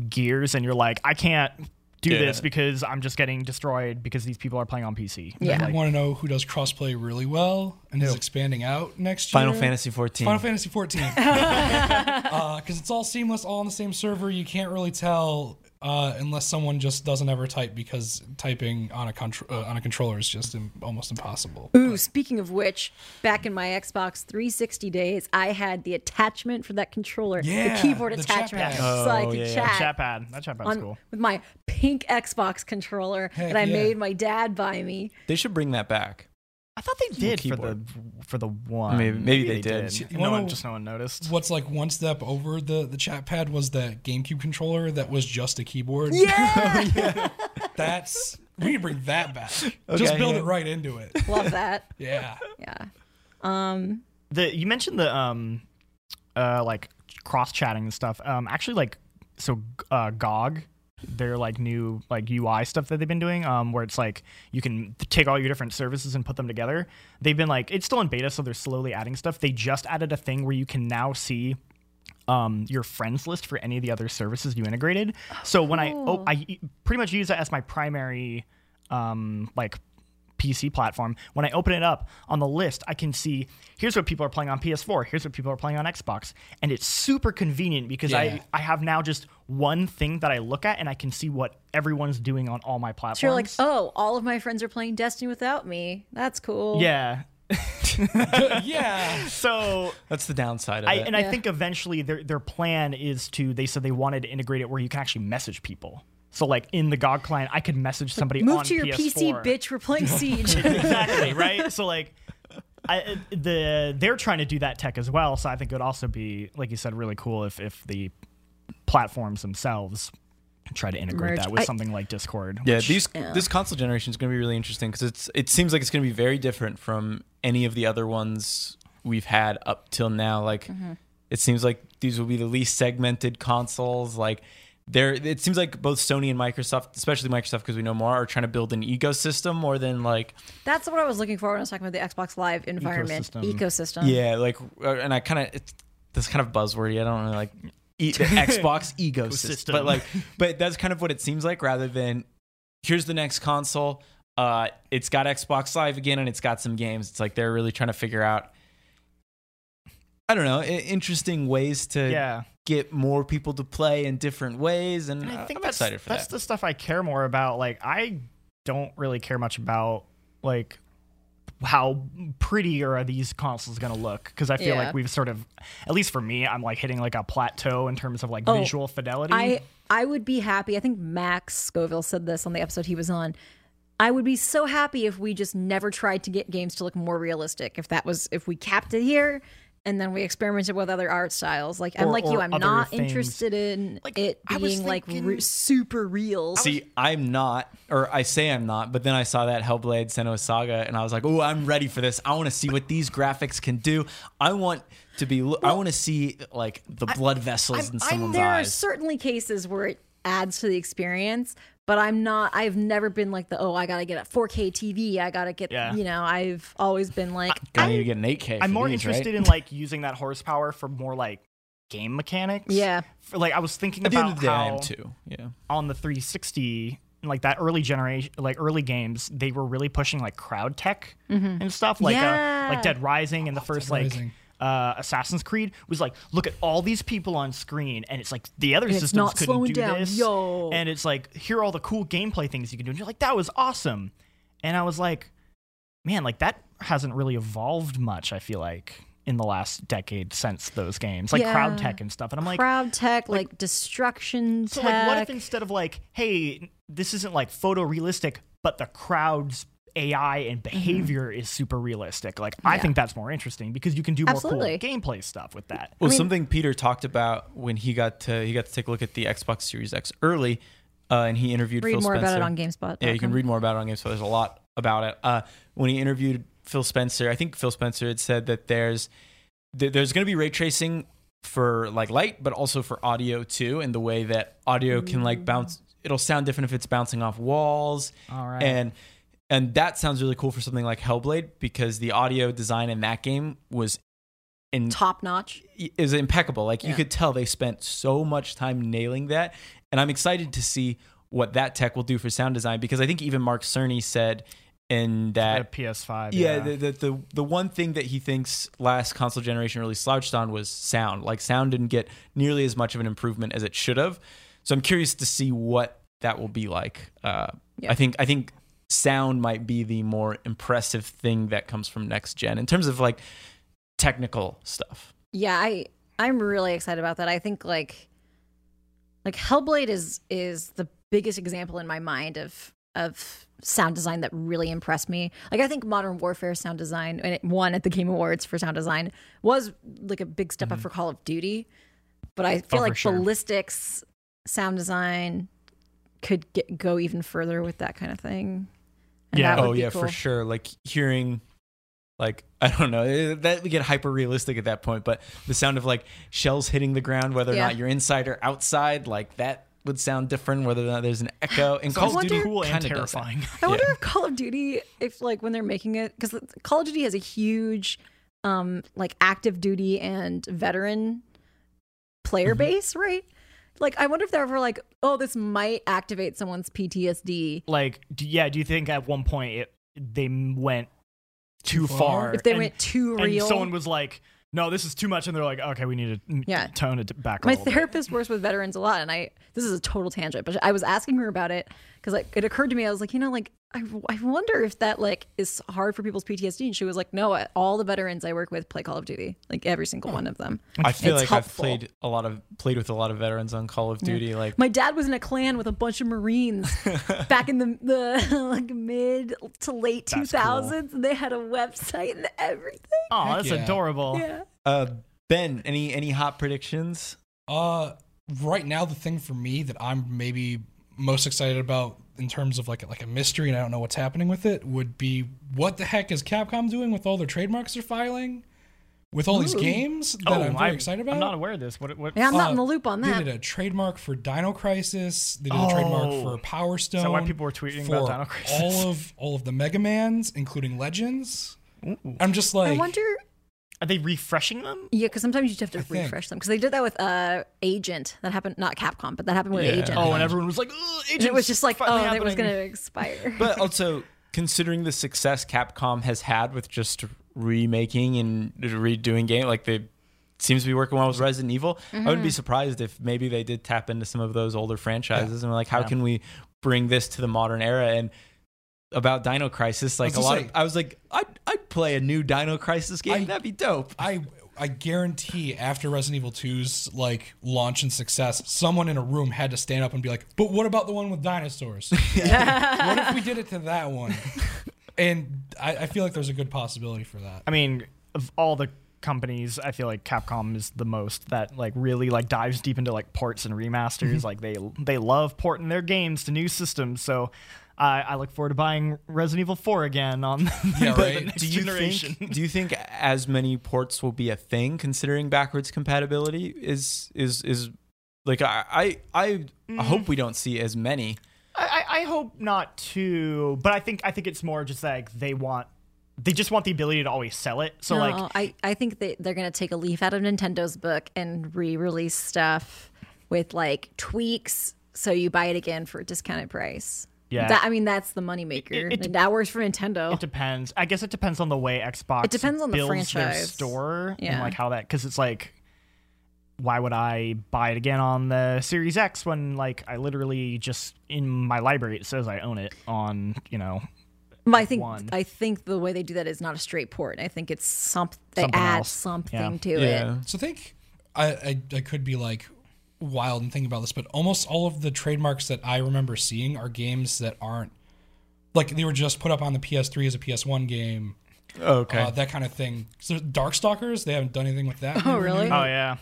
Speaker 2: Gears and you're like I can't do
Speaker 1: Yeah.
Speaker 2: this because I'm just getting destroyed because these people are playing on PC.
Speaker 4: Yeah.
Speaker 3: I want to know who does crossplay really well and is expanding out next year.
Speaker 1: Final Fantasy 14.
Speaker 3: Final Fantasy 14. Because it's all seamless, all on the same server. You can't really tell uh, unless someone just doesn't ever type because typing on a contr- uh, on a controller is just im- almost impossible.
Speaker 4: Ooh, speaking of which, back in my Xbox 360 days, I had the attachment for that controller,
Speaker 3: Yeah,
Speaker 4: the keyboard
Speaker 3: the chat
Speaker 4: attachment,
Speaker 3: pad.
Speaker 4: so I
Speaker 1: Oh,
Speaker 4: could
Speaker 1: yeah.
Speaker 4: chat.
Speaker 2: Chat pad. That chat pad's
Speaker 4: on-
Speaker 2: cool.
Speaker 4: with my pink Xbox controller
Speaker 3: Heck
Speaker 4: that I
Speaker 3: yeah.
Speaker 4: made my dad buy me.
Speaker 1: They should bring that back.
Speaker 2: I thought they did for the
Speaker 1: keyboard.
Speaker 2: for the one.
Speaker 1: Maybe- maybe they did.
Speaker 3: You
Speaker 2: No
Speaker 3: wanna-
Speaker 2: one, just no one noticed.
Speaker 3: What's like one step over the the chat pad was that GameCube controller that was just a keyboard.
Speaker 4: Yeah,
Speaker 3: that's we need to bring that back. just
Speaker 1: Okay,
Speaker 3: build
Speaker 1: yeah.
Speaker 3: it right into it.
Speaker 4: love that.
Speaker 3: Yeah,
Speaker 4: Yeah. Um,
Speaker 2: the you mentioned the um uh like cross chatting and stuff um actually like so uh gog their like new like ui stuff that they've been doing um where it's like you can take all your different services and put them together they've been like it's still in beta so they're slowly adding stuff they just added a thing where you can now see um, your friends list for any of the other services you integrated. So when I oh, I e- pretty much use that as my primary um, like PC platform. When I open it up on the list, I can see here's what people are playing on PS4, here's what people are playing on Xbox, and it's super convenient because
Speaker 3: Yeah.
Speaker 2: I I have now just one thing that I look at and I can see what everyone's doing on all my platforms.
Speaker 4: so you're like, oh, all of my friends are playing Destiny without me. That's cool.
Speaker 2: yeah.
Speaker 3: yeah.
Speaker 2: So
Speaker 1: That's the downside of
Speaker 2: I,
Speaker 1: it.
Speaker 2: and I think eventually their their plan is to they said they wanted to integrate it where you can actually message people. So like in the GOG client, I could message somebody.
Speaker 4: Move
Speaker 2: on
Speaker 4: to your
Speaker 2: PS4.
Speaker 4: PC, bitch. We're playing Siege.
Speaker 2: exactly right. So like. I, the they're trying to do that tech as well, so I think it would also be like you said, really cool if if the platforms themselves try to integrate
Speaker 4: Merge.
Speaker 2: that with
Speaker 4: I-
Speaker 2: something like Discord.
Speaker 1: Yeah,
Speaker 2: which-
Speaker 1: these this console generation is going to be really interesting because it's it seems like it's going to be very different from any of the other ones we've had up till now. Like,
Speaker 2: Mm-hmm.
Speaker 1: it seems like these will be the least segmented consoles. Like, there it seems like both Sony and Microsoft, especially Microsoft because we know more, are trying to build an ecosystem more than like
Speaker 4: That's what I was looking for when I was talking about the Xbox Live environment
Speaker 2: Ecosystem.
Speaker 4: ecosystem.
Speaker 2: Uh-huh.
Speaker 1: yeah, like uh, and I kind of that's kind of buzzwordy. I don't really like. E- the Xbox ecosystem,
Speaker 2: Ecosystem.
Speaker 1: but like, but that's kind of what it seems like. Rather than here's the next console. Uh, it's got Xbox Live again, and it's got some games. It's like they're really trying to figure out. I don't know, i- interesting ways to
Speaker 2: yeah.
Speaker 1: get more people to play in different ways, and,
Speaker 2: And I
Speaker 1: I
Speaker 2: think
Speaker 1: am
Speaker 2: that's
Speaker 1: Uh, excited for
Speaker 2: that's
Speaker 1: that.
Speaker 2: the stuff I care more about. Like I don't really care much about like how prettier are these consoles going to look because I feel
Speaker 4: Yeah.
Speaker 2: like we've sort of at least for me I'm like hitting like a plateau in terms of like
Speaker 4: Oh,
Speaker 2: visual fidelity.
Speaker 4: I I would be happy. I think Max Scoville said this on the episode he was on. I would be so happy if we just never tried to get games to look more realistic. If that was if we capped it here and then we experimented with other art styles. Like I'm
Speaker 2: Or-
Speaker 4: like you,
Speaker 2: or
Speaker 4: I'm
Speaker 2: other
Speaker 4: not
Speaker 2: things.
Speaker 4: interested in
Speaker 2: Like,
Speaker 4: it
Speaker 2: I was
Speaker 4: being like
Speaker 2: thinking-
Speaker 4: re- super real.
Speaker 1: See, I'm not, or I say I'm not, but then I saw that Hellblade Senua's Saga, and I was like, "Oh, I'm ready for this. I want to see what these graphics can do. I want to be. I want to see like the blood vessels in someone's
Speaker 4: there are
Speaker 1: eyes."
Speaker 4: certainly cases where it adds to the experience, but I'm not. I've never been like the oh, I gotta get a 4K TV. I gotta get
Speaker 2: Yeah.
Speaker 4: you know. I've always been like
Speaker 1: Gonna need to get an 8K.
Speaker 2: I'm
Speaker 1: for
Speaker 2: more
Speaker 1: these,
Speaker 2: interested
Speaker 1: right?
Speaker 2: in like using that horsepower for more like game mechanics.
Speaker 4: Yeah.
Speaker 2: For, like I was thinking
Speaker 1: At the
Speaker 2: about
Speaker 1: end of the day,
Speaker 2: how
Speaker 1: I am too. Yeah.
Speaker 2: on the 360 like that early generation like early games they were really pushing like crowd tech and stuff like
Speaker 4: Mm-hmm. Yeah.
Speaker 2: uh, like dead rising and the first like
Speaker 3: Rising.
Speaker 2: uh, Assassin's Creed was like, look at all these people on screen, and it's like the other
Speaker 4: it's
Speaker 2: systems
Speaker 4: not
Speaker 2: couldn't
Speaker 4: slowing
Speaker 2: do
Speaker 4: down,
Speaker 2: this,
Speaker 4: yo.
Speaker 2: and it's like here are all the cool gameplay things you can do, and you're like, that was awesome, and I was like, man, like that hasn't really evolved much. I feel like in the last decade since those games, like crowd
Speaker 4: Yeah.
Speaker 2: tech and stuff, and I'm like,
Speaker 4: crowd tech, like, destruction
Speaker 2: So like
Speaker 4: tech.
Speaker 2: what if instead of like, hey, this isn't like photorealistic, but the crowd's AI and behavior is super realistic. Like I
Speaker 4: Mm-hmm. Yeah.
Speaker 2: think that's more interesting because you can do more
Speaker 4: Absolutely.
Speaker 2: cool gameplay stuff with that.
Speaker 1: Well,
Speaker 4: mean-
Speaker 1: something Peter talked about when he got to he got to take a look at the Xbox Series X early, uh, and he interviewed
Speaker 4: Read
Speaker 1: Phil
Speaker 4: more
Speaker 1: Spencer.
Speaker 4: about it on GameSpot.
Speaker 1: Yeah, you can read more about it on GameSpot. There's a lot about it. Uh, when he interviewed Phil Spencer, I think Phil Spencer had said that there's th- there's going to be ray tracing for like light, but also for audio too, and the way that audio can
Speaker 2: Mm.
Speaker 1: like bounce. It'll sound different if it's bouncing off walls,
Speaker 2: All right.
Speaker 1: and and that sounds really cool for something like Hellblade because the audio design in that game was in
Speaker 4: Top notch.
Speaker 1: is impeccable. Like you
Speaker 4: Yeah.
Speaker 1: could tell they spent so much time nailing that, and I'm excited to see what that tech will do for sound design because I think even Mark Cerny said in
Speaker 2: At
Speaker 1: that
Speaker 2: PS5.
Speaker 1: yeah, The, the the the one thing that he thinks last console generation really slouched on was sound. Like sound didn't get nearly as much of an improvement as it should have. So I'm curious to see what that will be like. Uh,
Speaker 4: Yeah.
Speaker 1: I think I think sound might be the more impressive thing that comes from next gen in terms of like technical stuff.
Speaker 4: Yeah, I I'm really excited about that. I think like like Hellblade is is the biggest example in my mind of of sound design that really impressed me. Like I think Modern Warfare sound design and it won at the Game Awards for sound design was like a big step up for Call of Duty, but I feel
Speaker 2: for
Speaker 4: like
Speaker 2: sure.
Speaker 4: ballistics sound design could get, go even further with that kind of thing. And
Speaker 2: Yeah.
Speaker 4: that would
Speaker 1: oh
Speaker 4: be
Speaker 1: yeah for
Speaker 4: cool.
Speaker 1: sure like hearing like i don't know eh, that we get hyper realistic at that point but the sound of like shells hitting the ground whether or
Speaker 4: Yeah.
Speaker 1: not you're inside or outside like that would sound different whether or not there's an echo and call of
Speaker 4: wonder-
Speaker 1: duty
Speaker 2: cool and
Speaker 1: kinda does that.
Speaker 2: terrifying.
Speaker 4: I wonder if Call of Duty, if like when they're making it, because Call of Duty has a huge, um, like active duty and veteran player
Speaker 2: Mm-hmm.
Speaker 4: base, right? Like, I wonder if they're ever like, oh, this might activate someone's PTSD.
Speaker 2: like do, yeah, do you think at one point it, they m- went too
Speaker 3: Too
Speaker 2: far?
Speaker 3: far?
Speaker 4: If they
Speaker 2: and,
Speaker 4: went too
Speaker 2: and
Speaker 4: real.
Speaker 2: someone was like, "No, this is too much," and they're like, "Okay, we need to
Speaker 4: Yeah.
Speaker 2: yeah. tone it back." a
Speaker 4: My
Speaker 2: little bit."
Speaker 4: therapist works with veterans a lot, and I this is a total tangent, but I was asking her about it because like it occurred to me, I was like, you know, like I, I wonder if that like is hard for people's PTSD, and she was like, no, I- all the veterans I work with play Call of Duty, like every single one of them.
Speaker 1: i feel
Speaker 4: It's
Speaker 1: like i've
Speaker 4: helpful.
Speaker 1: played a lot of played with a lot of veterans on call of duty like
Speaker 4: My dad was in a clan with a bunch of Marines back in the, the like mid to late two
Speaker 2: That's cool.
Speaker 4: thousands, and they had a website and everything.
Speaker 2: Oh, that's
Speaker 3: yeah.
Speaker 2: adorable.
Speaker 4: Yeah,
Speaker 1: uh ben any any hot predictions
Speaker 3: Uh, right now the thing for me that I'm maybe most excited about in terms of like like a mystery and I don't know what's happening with it would be what the heck is Capcom doing with all their trademarks they're filing with all these
Speaker 4: Ooh.
Speaker 3: games that
Speaker 2: Oh,
Speaker 3: I'm very excited about.
Speaker 2: I'm not aware of this. What? what
Speaker 4: yeah, I'm not in
Speaker 3: Uh,
Speaker 4: the loop on
Speaker 3: They
Speaker 4: that.
Speaker 3: did a trademark for Dino Crisis. They did a trademark
Speaker 2: Oh.
Speaker 3: for Power Stone.
Speaker 2: Is that why people were tweeting about
Speaker 3: for
Speaker 2: Dino Crisis?
Speaker 3: All of all of the Mega Mans, including Legends. I'm just like
Speaker 4: I wonder,
Speaker 2: Are they refreshing them?
Speaker 4: yeah, because sometimes you just have
Speaker 3: I
Speaker 4: to
Speaker 3: think-
Speaker 4: refresh them because they did that with uh Agent that happened, not Capcom, but that happened with
Speaker 1: Yeah.
Speaker 4: Agent.
Speaker 2: Oh, and everyone was like, "Ugh,
Speaker 4: And it was just like, oh,
Speaker 2: finally
Speaker 4: that was
Speaker 2: happening."
Speaker 4: gonna expire.
Speaker 1: but also considering the success Capcom has had with just remaking and redoing game, like they seems to be working well with Resident Evil. I wouldn't be surprised if maybe they did tap into some of those older franchises and were like, how
Speaker 2: Yeah.
Speaker 1: can we bring this to the modern era? And about Dino Crisis, like a
Speaker 3: just
Speaker 1: lot,
Speaker 3: like-
Speaker 1: of, I was like, I'd, I'd play a new Dino Crisis game.
Speaker 3: I-
Speaker 1: That'd be dope.
Speaker 3: I I guarantee after Resident Evil 2's like launch and success, someone in a room had to stand up and be like, "But what about the one with dinosaurs? what if we did it to that one?" And I, I feel like there's a good possibility for that.
Speaker 2: I mean, of all the companies, I feel like Capcom is the most that like really like dives deep into like ports and remasters.
Speaker 4: Mm-hmm.
Speaker 2: like they they love porting their games to new systems. So I, I look forward to buying Resident Evil 4 again on
Speaker 3: Yeah,
Speaker 2: the
Speaker 3: right.
Speaker 2: next
Speaker 1: do you
Speaker 2: generation.
Speaker 1: think do you think as many ports will be a thing considering backwards compatibility is is is like I I, I
Speaker 2: Mm.
Speaker 1: hope we don't see as many.
Speaker 2: I, I I hope not too, but I think I think it's more just like they want they just want the ability to always sell it. So
Speaker 4: no,
Speaker 2: like
Speaker 4: I, I think they, they're going to take a leaf out of Nintendo's book and re release stuff with like tweaks so you buy it again for a discounted price.
Speaker 2: Yeah.
Speaker 4: That, I mean, that's the moneymaker.
Speaker 2: It- it-
Speaker 4: and that works for Nintendo.
Speaker 2: It depends. I guess it depends on the way Xbox.
Speaker 4: It depends on the
Speaker 2: builds Their
Speaker 4: franchise.
Speaker 2: store and
Speaker 4: Yeah.
Speaker 2: like how that because it's like, why would I buy it again on the Series X when like I literally just in my library it says I own it on you know
Speaker 4: But I think
Speaker 2: one.
Speaker 4: I think the way they do that is not a straight port. I think it's something, they
Speaker 2: Something
Speaker 4: add
Speaker 2: else.
Speaker 4: something
Speaker 2: Yeah.
Speaker 4: to it.
Speaker 3: So think I, I I could be like wild and thinking about this, but almost all of the trademarks that I remember seeing are games that aren't like they were just put up on the PS3 as a PS1 game,
Speaker 1: Okay.
Speaker 3: uh, that kind of thing. So Darkstalkers, they haven't done anything with that.
Speaker 4: Oh, really?
Speaker 2: Oh yeah.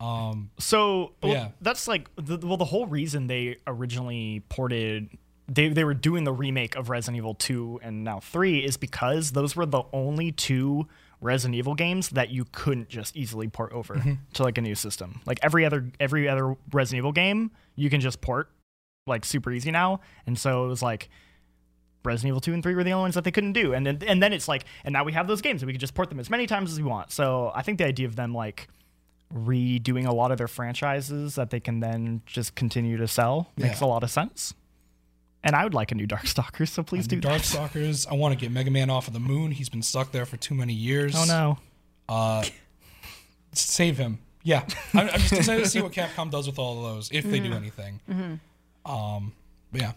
Speaker 3: Um,
Speaker 2: So well,
Speaker 3: yeah.
Speaker 2: that's like the, well the whole reason they originally ported they they were doing the remake of Resident Evil 2 and now 3 is because those were the only two Resident Evil games that you couldn't just easily port over
Speaker 3: Mm-hmm.
Speaker 2: to like a new system. Like every other every other Resident Evil game you can just port like super easy now. And so it was like Resident Evil 2 and 3 were the only ones that they couldn't do. And then and then it's like and now we have those games and we can just port them as many times as we want. So I think the idea of them like redoing a lot of their franchises that they can then just continue to sell makes
Speaker 3: Yeah.
Speaker 2: a lot of sense. And I would like a new Darkstalker, so please do that.
Speaker 3: Darkstalkers. I want to get Mega Man off of the moon. He's been stuck there for too many years.
Speaker 2: Oh no.
Speaker 3: Uh, save him. Yeah, I'm, I'm just excited to see what Capcom does with all of those, if they
Speaker 4: Mm-hmm.
Speaker 3: do anything. Um, but yeah.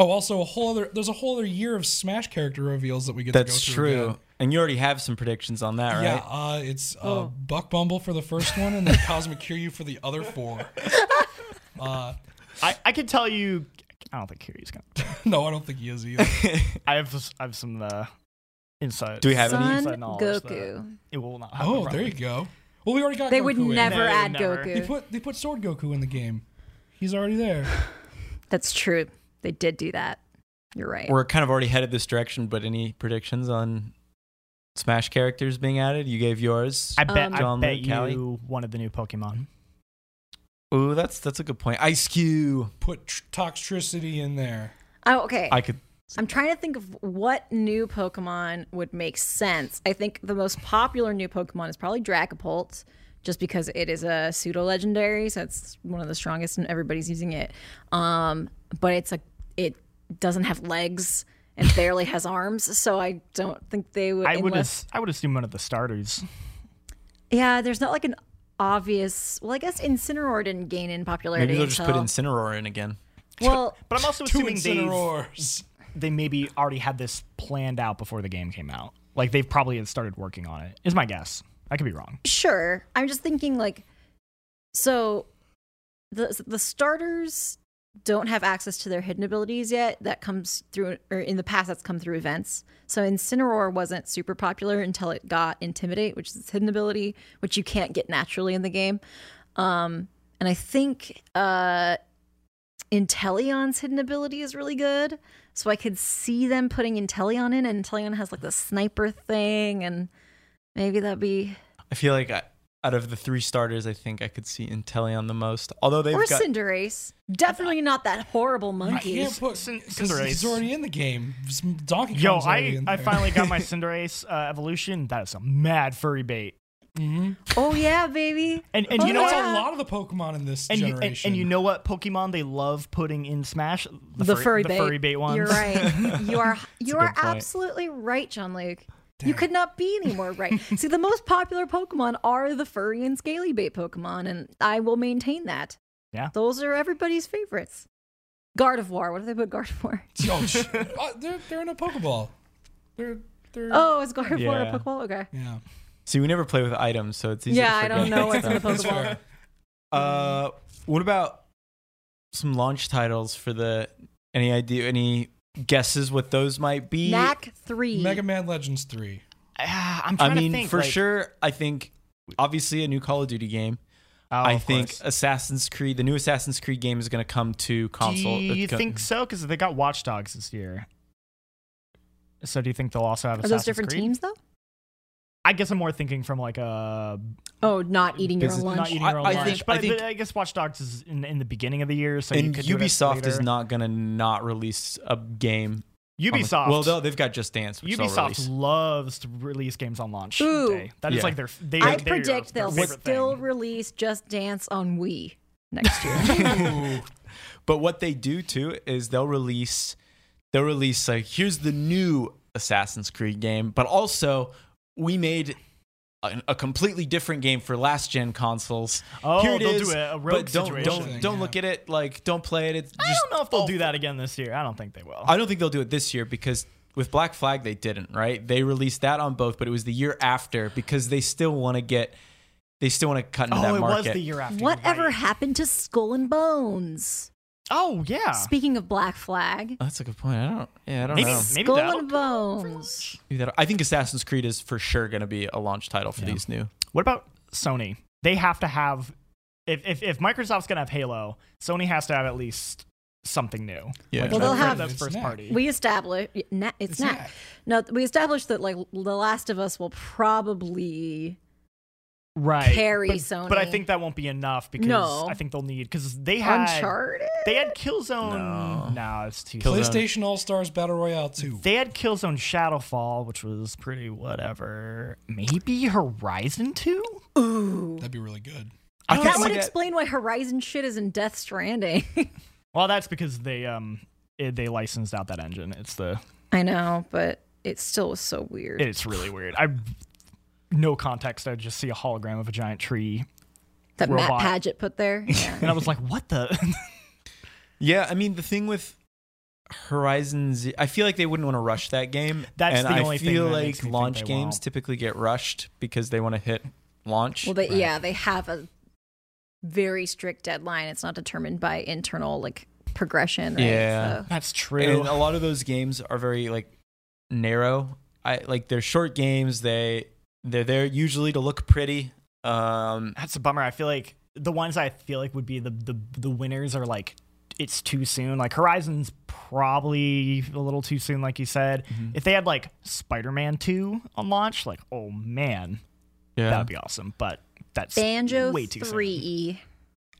Speaker 3: Oh, also a whole other. There's a whole other year of Smash character reveals that we get.
Speaker 1: That's
Speaker 3: to go through
Speaker 1: true.
Speaker 3: again.
Speaker 1: And you already have some predictions on that,
Speaker 3: Yeah,
Speaker 1: right?
Speaker 3: uh, it's uh,
Speaker 4: Oh.
Speaker 3: Buck Bumble for the first one, and then Cosmic Kiryu for the other four. Uh,
Speaker 2: I, I could tell you I don't think Kiri's gonna
Speaker 3: no, I don't think he is either.
Speaker 2: I have I have some uh insight.
Speaker 1: Do we have any?
Speaker 4: Son
Speaker 2: inside knowledge
Speaker 4: Goku.
Speaker 2: It will not happen.
Speaker 3: Oh, there you go. Well, we already got.
Speaker 4: They
Speaker 3: Goku
Speaker 4: would
Speaker 3: in.
Speaker 4: never
Speaker 2: No,
Speaker 4: add
Speaker 2: never.
Speaker 4: Goku.
Speaker 3: They put they put Sword Goku in the game. He's already there.
Speaker 4: That's true. They did do that. You're right.
Speaker 1: We're kind of already headed this direction, but any predictions on Smash characters being added? You gave yours.
Speaker 2: I bet
Speaker 4: Um,
Speaker 2: I
Speaker 1: John
Speaker 2: bet
Speaker 1: Luke Cali.
Speaker 2: you one of the new Pokemon.
Speaker 1: Ooh, that's that's a good point. Ice Cube.
Speaker 3: Put tr- Toxtricity in there.
Speaker 4: oh, okay.
Speaker 1: I could.
Speaker 4: I'm trying to think of what new Pokemon would make sense. I think the most popular new Pokemon is probably Dragapult, just because it is a pseudo legendary, so it's one of the strongest, and everybody's using it. Um, but it's a it doesn't have legs and barely has arms, so I don't think they would.
Speaker 2: I would
Speaker 4: unless,
Speaker 2: as, I would assume one of the starters.
Speaker 4: yeah, there's not like an obvious. Well, I guess Incineroar didn't gain in popularity.
Speaker 1: Maybe they'll just put
Speaker 4: until-
Speaker 1: Incineroar in again.
Speaker 4: Well,
Speaker 2: But I'm also
Speaker 3: Two
Speaker 2: assuming they
Speaker 3: Incineroars.
Speaker 2: they maybe already had this planned out before the game came out. Like they've probably had started working on it. Is my guess. I could be wrong.
Speaker 4: Sure. I'm just thinking like so the the starters don't have access to their hidden abilities yet. That comes through or in the past that's come through events. So Incineroar wasn't super popular until it got Intimidate, which is its hidden ability, which you can't get naturally in the game. Um and I think uh Inteleon's hidden ability is really good. So I could see them putting Inteleon in and Inteleon has like the sniper thing and maybe that'd be
Speaker 1: I feel like I, out of the three starters, I think I could see Inteleon the most. Although they've
Speaker 4: or
Speaker 1: got
Speaker 4: Cinderace. Definitely not that horrible
Speaker 3: I
Speaker 4: monkey.
Speaker 3: can't put
Speaker 2: Cin-
Speaker 3: because he's
Speaker 2: Cinderace.
Speaker 3: already in the game. Some Donkey Kong's
Speaker 2: Yo,
Speaker 3: already
Speaker 2: I,
Speaker 3: in
Speaker 2: I
Speaker 3: there.
Speaker 2: finally got my Cinderace uh, evolution. That is a mad furry bait.
Speaker 3: Mhm.
Speaker 4: Oh yeah, baby.
Speaker 2: And and
Speaker 4: Oh,
Speaker 2: you know
Speaker 3: that's
Speaker 2: what?
Speaker 4: yeah.
Speaker 3: a lot of the Pokemon in this
Speaker 2: And you, and- and,
Speaker 3: generation.
Speaker 2: you know what Pokemon they love putting in Smash?
Speaker 4: The,
Speaker 2: fur-
Speaker 4: furry
Speaker 2: the
Speaker 4: bait.
Speaker 2: furry bait ones.
Speaker 4: You're right. You are you are
Speaker 1: good point.
Speaker 4: absolutely right, John Luke. You could not be any more right. See, the most popular Pokemon are the furry and scaly bait Pokemon, and I will maintain that.
Speaker 2: Yeah.
Speaker 4: Those are everybody's favorites. Gardevoir. What if they put Gardevoir?
Speaker 3: Yo, sh- uh, they're they're in a Pokeball. They're they're
Speaker 4: Oh, is Gardevoir
Speaker 1: Yeah.
Speaker 4: a Pokemon? Okay.
Speaker 3: yeah.
Speaker 1: See, we never play with items, so it's easy.
Speaker 4: Yeah,
Speaker 1: to
Speaker 4: I don't
Speaker 1: forget
Speaker 4: know what's in the
Speaker 1: stuff.
Speaker 3: That's
Speaker 4: Pokeball.
Speaker 3: fair.
Speaker 1: Uh, what about some launch titles for the? Any idea? Any guesses what those might
Speaker 2: E
Speaker 1: be?
Speaker 4: Knack three.
Speaker 3: Mega Man Legends three.
Speaker 2: Ah, I'm trying
Speaker 1: I mean,
Speaker 2: to think.
Speaker 1: for
Speaker 2: like-
Speaker 1: sure. I think obviously a new Call of Duty game.
Speaker 2: Oh,
Speaker 1: I
Speaker 2: of
Speaker 1: think
Speaker 2: course.
Speaker 1: Assassin's Creed, the new Assassin's Creed game, is going to come to console.
Speaker 2: Do you
Speaker 1: It's go-
Speaker 2: think so? Because they got Watch Dogs this year. So do you think they'll also have
Speaker 4: are
Speaker 2: Assassin's
Speaker 4: those different
Speaker 2: Creed?
Speaker 4: teams though?
Speaker 2: I guess I'm more thinking from like a
Speaker 4: Oh, not eating your own
Speaker 1: Business-
Speaker 4: lunch.
Speaker 2: not eating
Speaker 1: I-
Speaker 2: your own
Speaker 1: I
Speaker 2: lunch.
Speaker 1: think-
Speaker 2: but,
Speaker 1: I think-
Speaker 2: but I guess Watch Dogs is in, in the beginning of the year, so you
Speaker 1: and
Speaker 2: could do it
Speaker 1: Ubisoft is
Speaker 2: later.
Speaker 1: not going to not release a game. on the-
Speaker 2: Ubisoft.
Speaker 1: well, no, they've got Just Dance. Which they'll
Speaker 2: Ubisoft
Speaker 1: release.
Speaker 2: loves to release games on launch
Speaker 4: Ooh.
Speaker 2: day. That is
Speaker 1: Yeah.
Speaker 2: like their. They,
Speaker 4: I
Speaker 2: they are
Speaker 4: predict
Speaker 2: their
Speaker 4: they'll
Speaker 2: favorite
Speaker 4: still
Speaker 2: thing.
Speaker 4: release Just Dance on Wii next year.
Speaker 1: But what they do too is they'll release they'll release like here's the new Assassin's Creed game, but also we made a, a completely different game for last gen consoles.
Speaker 2: Oh,
Speaker 1: Here it
Speaker 2: they'll do
Speaker 1: is,
Speaker 2: a- a rogue
Speaker 1: but don't
Speaker 2: situation
Speaker 1: don't
Speaker 3: thing,
Speaker 1: don't
Speaker 3: yeah.
Speaker 1: look at it like don't play it. It's just,
Speaker 2: I don't know if they'll do that again this year. I don't think they will.
Speaker 1: I don't think they'll do it this year because with Black Flag they didn't, right? They released that on both, but it was the year after because they still want to get they still want to cut into
Speaker 2: oh,
Speaker 1: that
Speaker 2: it
Speaker 1: market.
Speaker 2: was the year after. you're
Speaker 4: Whatever
Speaker 2: right.
Speaker 4: happened to Skull and Bones?
Speaker 2: Oh yeah.
Speaker 4: Speaking of Black Flag,
Speaker 1: Oh, that's a good point. I don't. Yeah, I don't
Speaker 2: Maybe-
Speaker 1: know.
Speaker 2: Oh, maybe
Speaker 4: Skull
Speaker 2: that'll
Speaker 4: and
Speaker 2: come out for
Speaker 4: Bones.
Speaker 2: launch.
Speaker 1: Maybe that'll- I think Assassin's Creed is for sure going to be a launch title for
Speaker 2: Yeah.
Speaker 1: these new.
Speaker 2: What about Sony? They have to have if if, if Microsoft's gonna have Halo, Sony has to have at least something new.
Speaker 1: Yeah.
Speaker 2: Like,
Speaker 4: Well, they'll
Speaker 2: that's-
Speaker 4: have-
Speaker 2: that's
Speaker 3: It's
Speaker 2: first
Speaker 3: next.
Speaker 2: party.
Speaker 4: we established na- it's,
Speaker 3: It's
Speaker 4: not. No, we established that like The Last of Us will probably
Speaker 2: right.
Speaker 4: carry
Speaker 2: but,
Speaker 4: Sony.
Speaker 2: But I think that won't be enough because
Speaker 4: No.
Speaker 2: I think they'll need because they had
Speaker 4: Uncharted.
Speaker 2: they had Killzone.
Speaker 1: No.
Speaker 2: it's too
Speaker 1: Killzone.
Speaker 3: PlayStation All Stars Battle Royale 2.
Speaker 2: They had Killzone Shadowfall, which was pretty whatever. Maybe Horizon 2?
Speaker 4: Ooh,
Speaker 3: That'd be really good.
Speaker 1: I
Speaker 2: Oh,
Speaker 1: can
Speaker 4: that
Speaker 1: see
Speaker 4: would
Speaker 1: that-
Speaker 4: explain why Horizon shit is in Death Stranding.
Speaker 2: Well, that's because they um it, they licensed out that engine. It's the
Speaker 4: I know, but it still was so weird.
Speaker 2: it's really weird. I no context. I just see a hologram of a giant tree,
Speaker 4: that
Speaker 2: robot.
Speaker 4: Matt Paget put there. Yeah.
Speaker 2: and I was like, "What the?"
Speaker 1: Yeah, I mean the thing with Horizon Ze- I feel like they wouldn't want to rush that game.
Speaker 2: That's
Speaker 1: and
Speaker 2: the
Speaker 1: I
Speaker 2: only thing
Speaker 1: feel
Speaker 2: that
Speaker 1: like
Speaker 2: makes me think
Speaker 1: launch
Speaker 2: they
Speaker 1: games
Speaker 2: won't.
Speaker 1: typically get rushed because they want to hit launch.
Speaker 4: well, they, yeah, they have a very strict deadline. It's not determined by internal like progression. Right?
Speaker 1: Yeah.
Speaker 4: So-
Speaker 2: That's true.
Speaker 1: and a lot of those games are very like narrow. I like they're short games. They they're there usually to look pretty. Um,
Speaker 2: that's a bummer. I feel like the ones I feel like would be the the the winners are like it's too soon. Like Horizon's probably a little too soon, like you said. If they had like Spider-Man 2 on launch, like oh man,
Speaker 1: yeah,
Speaker 2: that would be awesome. But that's
Speaker 4: Banjo
Speaker 2: way too soon.
Speaker 4: Three, E.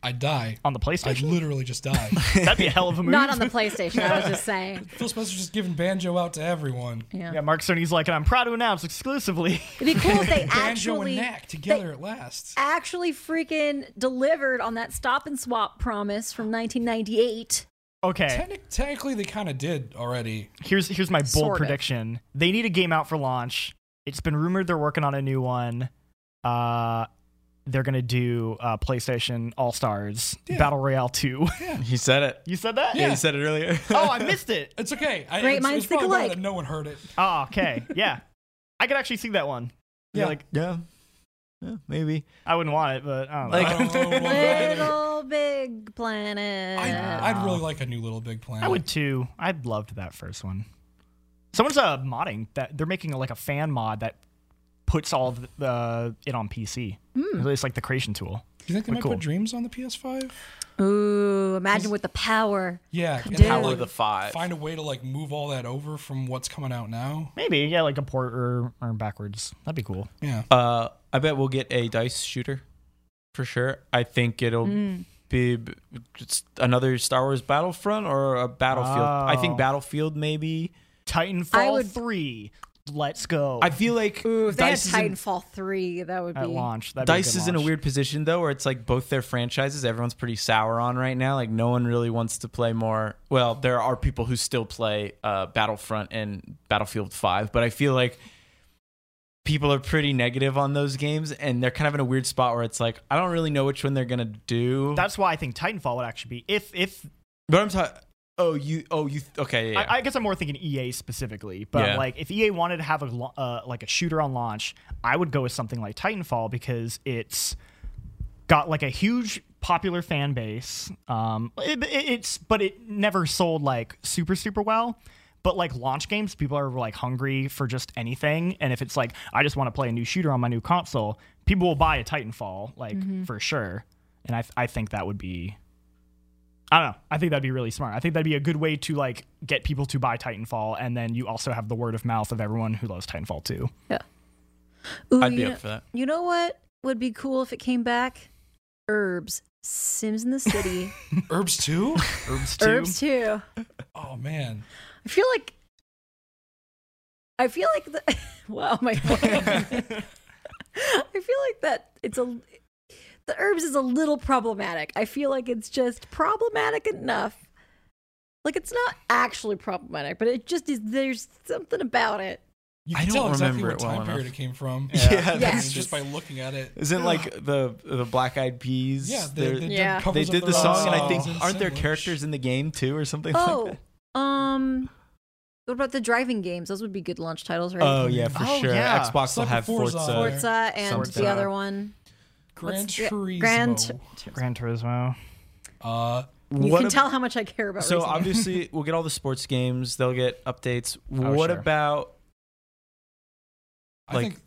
Speaker 3: I'd die.
Speaker 2: on the
Speaker 3: I
Speaker 2: PlayStation.
Speaker 3: literally just die.
Speaker 2: That'd be a hell of a movie.
Speaker 4: not on the PlayStation. I was just saying.
Speaker 3: Phil Spencer's just giving banjo out to everyone.
Speaker 4: Yeah.
Speaker 2: yeah, Mark Cerny's like, and I'm proud to announce exclusively.
Speaker 4: It'd be cool if they
Speaker 3: Banjo
Speaker 4: actually
Speaker 3: and Knack together at last.
Speaker 4: actually freaking delivered on that stop and swap promise from 1998.
Speaker 2: Okay,
Speaker 3: Technic- technically, they kind of did already.
Speaker 2: here's here's my bold
Speaker 4: Sort of.
Speaker 2: prediction. They need a game out for launch. It's been rumored they're working on a new one. Uh, they're gonna do uh, PlayStation All Stars Battle Royale Two.
Speaker 1: he said it.
Speaker 2: you said that?
Speaker 1: Yeah, he said it earlier.
Speaker 2: Oh, I missed it.
Speaker 3: It's okay. I,
Speaker 4: Great
Speaker 3: it's,
Speaker 4: minds
Speaker 3: it's probably
Speaker 4: think
Speaker 3: better
Speaker 4: alike.
Speaker 3: that No one heard it.
Speaker 2: Oh, okay. Yeah, I could actually see that one. Yeah.
Speaker 3: Yeah.
Speaker 2: Like
Speaker 1: yeah, yeah, maybe.
Speaker 2: I wouldn't want it, but um, I don't know.
Speaker 1: Like-
Speaker 3: I don't know what that is.
Speaker 4: Little Big Planet.
Speaker 3: I, I'd really like a new Little Big Planet.
Speaker 2: I would too. I loved that first one. Someone's uh, modding that they're making like a fan mod that puts all of the it on PC.
Speaker 4: Hmm.
Speaker 2: It's like the creation tool.
Speaker 3: Do you think they
Speaker 2: But
Speaker 3: might
Speaker 2: cool.
Speaker 3: put Dreams on the PS5?
Speaker 4: Ooh, imagine with the power.
Speaker 3: Yeah. and
Speaker 4: Dude.
Speaker 3: then,
Speaker 4: Power
Speaker 3: like,
Speaker 1: the five.
Speaker 3: Find a way to like move all that over from what's coming out now.
Speaker 2: Maybe yeah, like a port or, or backwards. That'd be cool.
Speaker 3: Yeah.
Speaker 1: Uh, I bet we'll get a dice shooter for sure. I think it'll
Speaker 4: Mm.
Speaker 1: be b- just another Star Wars Battlefront or a Battlefield. I
Speaker 2: Oh.
Speaker 1: think Battlefield maybe.
Speaker 2: Titanfall
Speaker 4: would-
Speaker 2: three. Let's go.
Speaker 1: I feel like
Speaker 4: Ooh, if they
Speaker 1: dice,
Speaker 4: had
Speaker 1: is,
Speaker 4: Titanfall 3, that would be.
Speaker 2: at launch.
Speaker 1: in,
Speaker 2: That'd be
Speaker 1: dice
Speaker 2: good
Speaker 1: is in a
Speaker 2: launch.
Speaker 1: weird position though, where it's like both their franchises. Everyone's pretty sour on right now. Like no one really wants to play more. Well, there are people who still play uh, Battlefront and Battlefield Five, but I feel like. People are pretty negative on those games, and they're kind of in a weird spot where it's like I don't really know which one they're gonna do.
Speaker 2: That's why I think Titanfall would actually be if if
Speaker 1: But I'm talking. Oh, you. Oh, you. Okay. Yeah. yeah.
Speaker 2: I, I guess I'm more thinking EA specifically, but
Speaker 1: Yeah.
Speaker 2: like if EA wanted to have a lo- uh, like a shooter on launch, I would go with something like Titanfall because it's got like a huge popular fan base. Um, it- it- it's but it never sold like super super well. But like launch games, people are like hungry for just anything, and if it's like I just want to play a new shooter on my new console, people will buy a Titanfall like for sure. And I I think that would be I don't know. I think that'd be really smart. I think that'd be a good way to like get people to buy Titanfall, and then you also have the word of mouth of everyone who loves Titanfall too.
Speaker 4: Ooh,
Speaker 1: I'd be
Speaker 4: you
Speaker 1: up
Speaker 4: know-
Speaker 1: for that.
Speaker 4: You know what would be cool if it came back? Herbs. Sims in the City.
Speaker 3: Herbs too.
Speaker 2: Herbs too.
Speaker 4: Herbs too.
Speaker 3: Oh man.
Speaker 4: I feel like. I feel like the. wow, my. I feel like that it's a the herbs is a little problematic. I feel like it's just problematic enough. Like it's not actually problematic, but it just is. There's something about it.
Speaker 3: You
Speaker 1: I
Speaker 3: can
Speaker 1: don't
Speaker 3: tell exactly
Speaker 1: remember
Speaker 3: what
Speaker 1: it well
Speaker 3: time period
Speaker 1: enough.
Speaker 3: it came from.
Speaker 1: Yeah,
Speaker 3: I mean,
Speaker 4: that's
Speaker 3: just
Speaker 4: just-
Speaker 3: by looking at it.
Speaker 1: Isn't like the the Black Eyed Peas?
Speaker 3: Yeah, they,
Speaker 1: they're-
Speaker 3: they
Speaker 1: they,
Speaker 4: Yeah.
Speaker 3: did, covers of
Speaker 1: did the
Speaker 3: their own
Speaker 1: song, and I
Speaker 3: songs
Speaker 1: think
Speaker 3: in
Speaker 1: aren't there
Speaker 3: English.
Speaker 1: characters in the game too, or something?
Speaker 4: Oh,
Speaker 1: like
Speaker 4: um, what about the driving games? Those would be good launch titles,
Speaker 1: that? Oh
Speaker 4: right?
Speaker 1: yeah, for
Speaker 2: Oh,
Speaker 1: sure.
Speaker 2: yeah.
Speaker 1: Xbox
Speaker 3: It's
Speaker 1: will
Speaker 3: like
Speaker 1: have
Speaker 3: Forza.
Speaker 1: Forza.
Speaker 4: Forza and
Speaker 1: Something.
Speaker 4: the other one.
Speaker 3: Gran
Speaker 4: What's the-
Speaker 3: Turismo.
Speaker 4: Gran Tu-
Speaker 2: Gran Turismo.
Speaker 3: uh,
Speaker 4: You
Speaker 1: What
Speaker 4: can
Speaker 1: ab-
Speaker 4: tell how much I care about.
Speaker 1: So
Speaker 4: racing.
Speaker 1: obviously, we'll get all the sports games. They'll get updates.
Speaker 2: Oh,
Speaker 1: what
Speaker 2: sure.
Speaker 1: about?
Speaker 3: I
Speaker 1: Like,
Speaker 3: think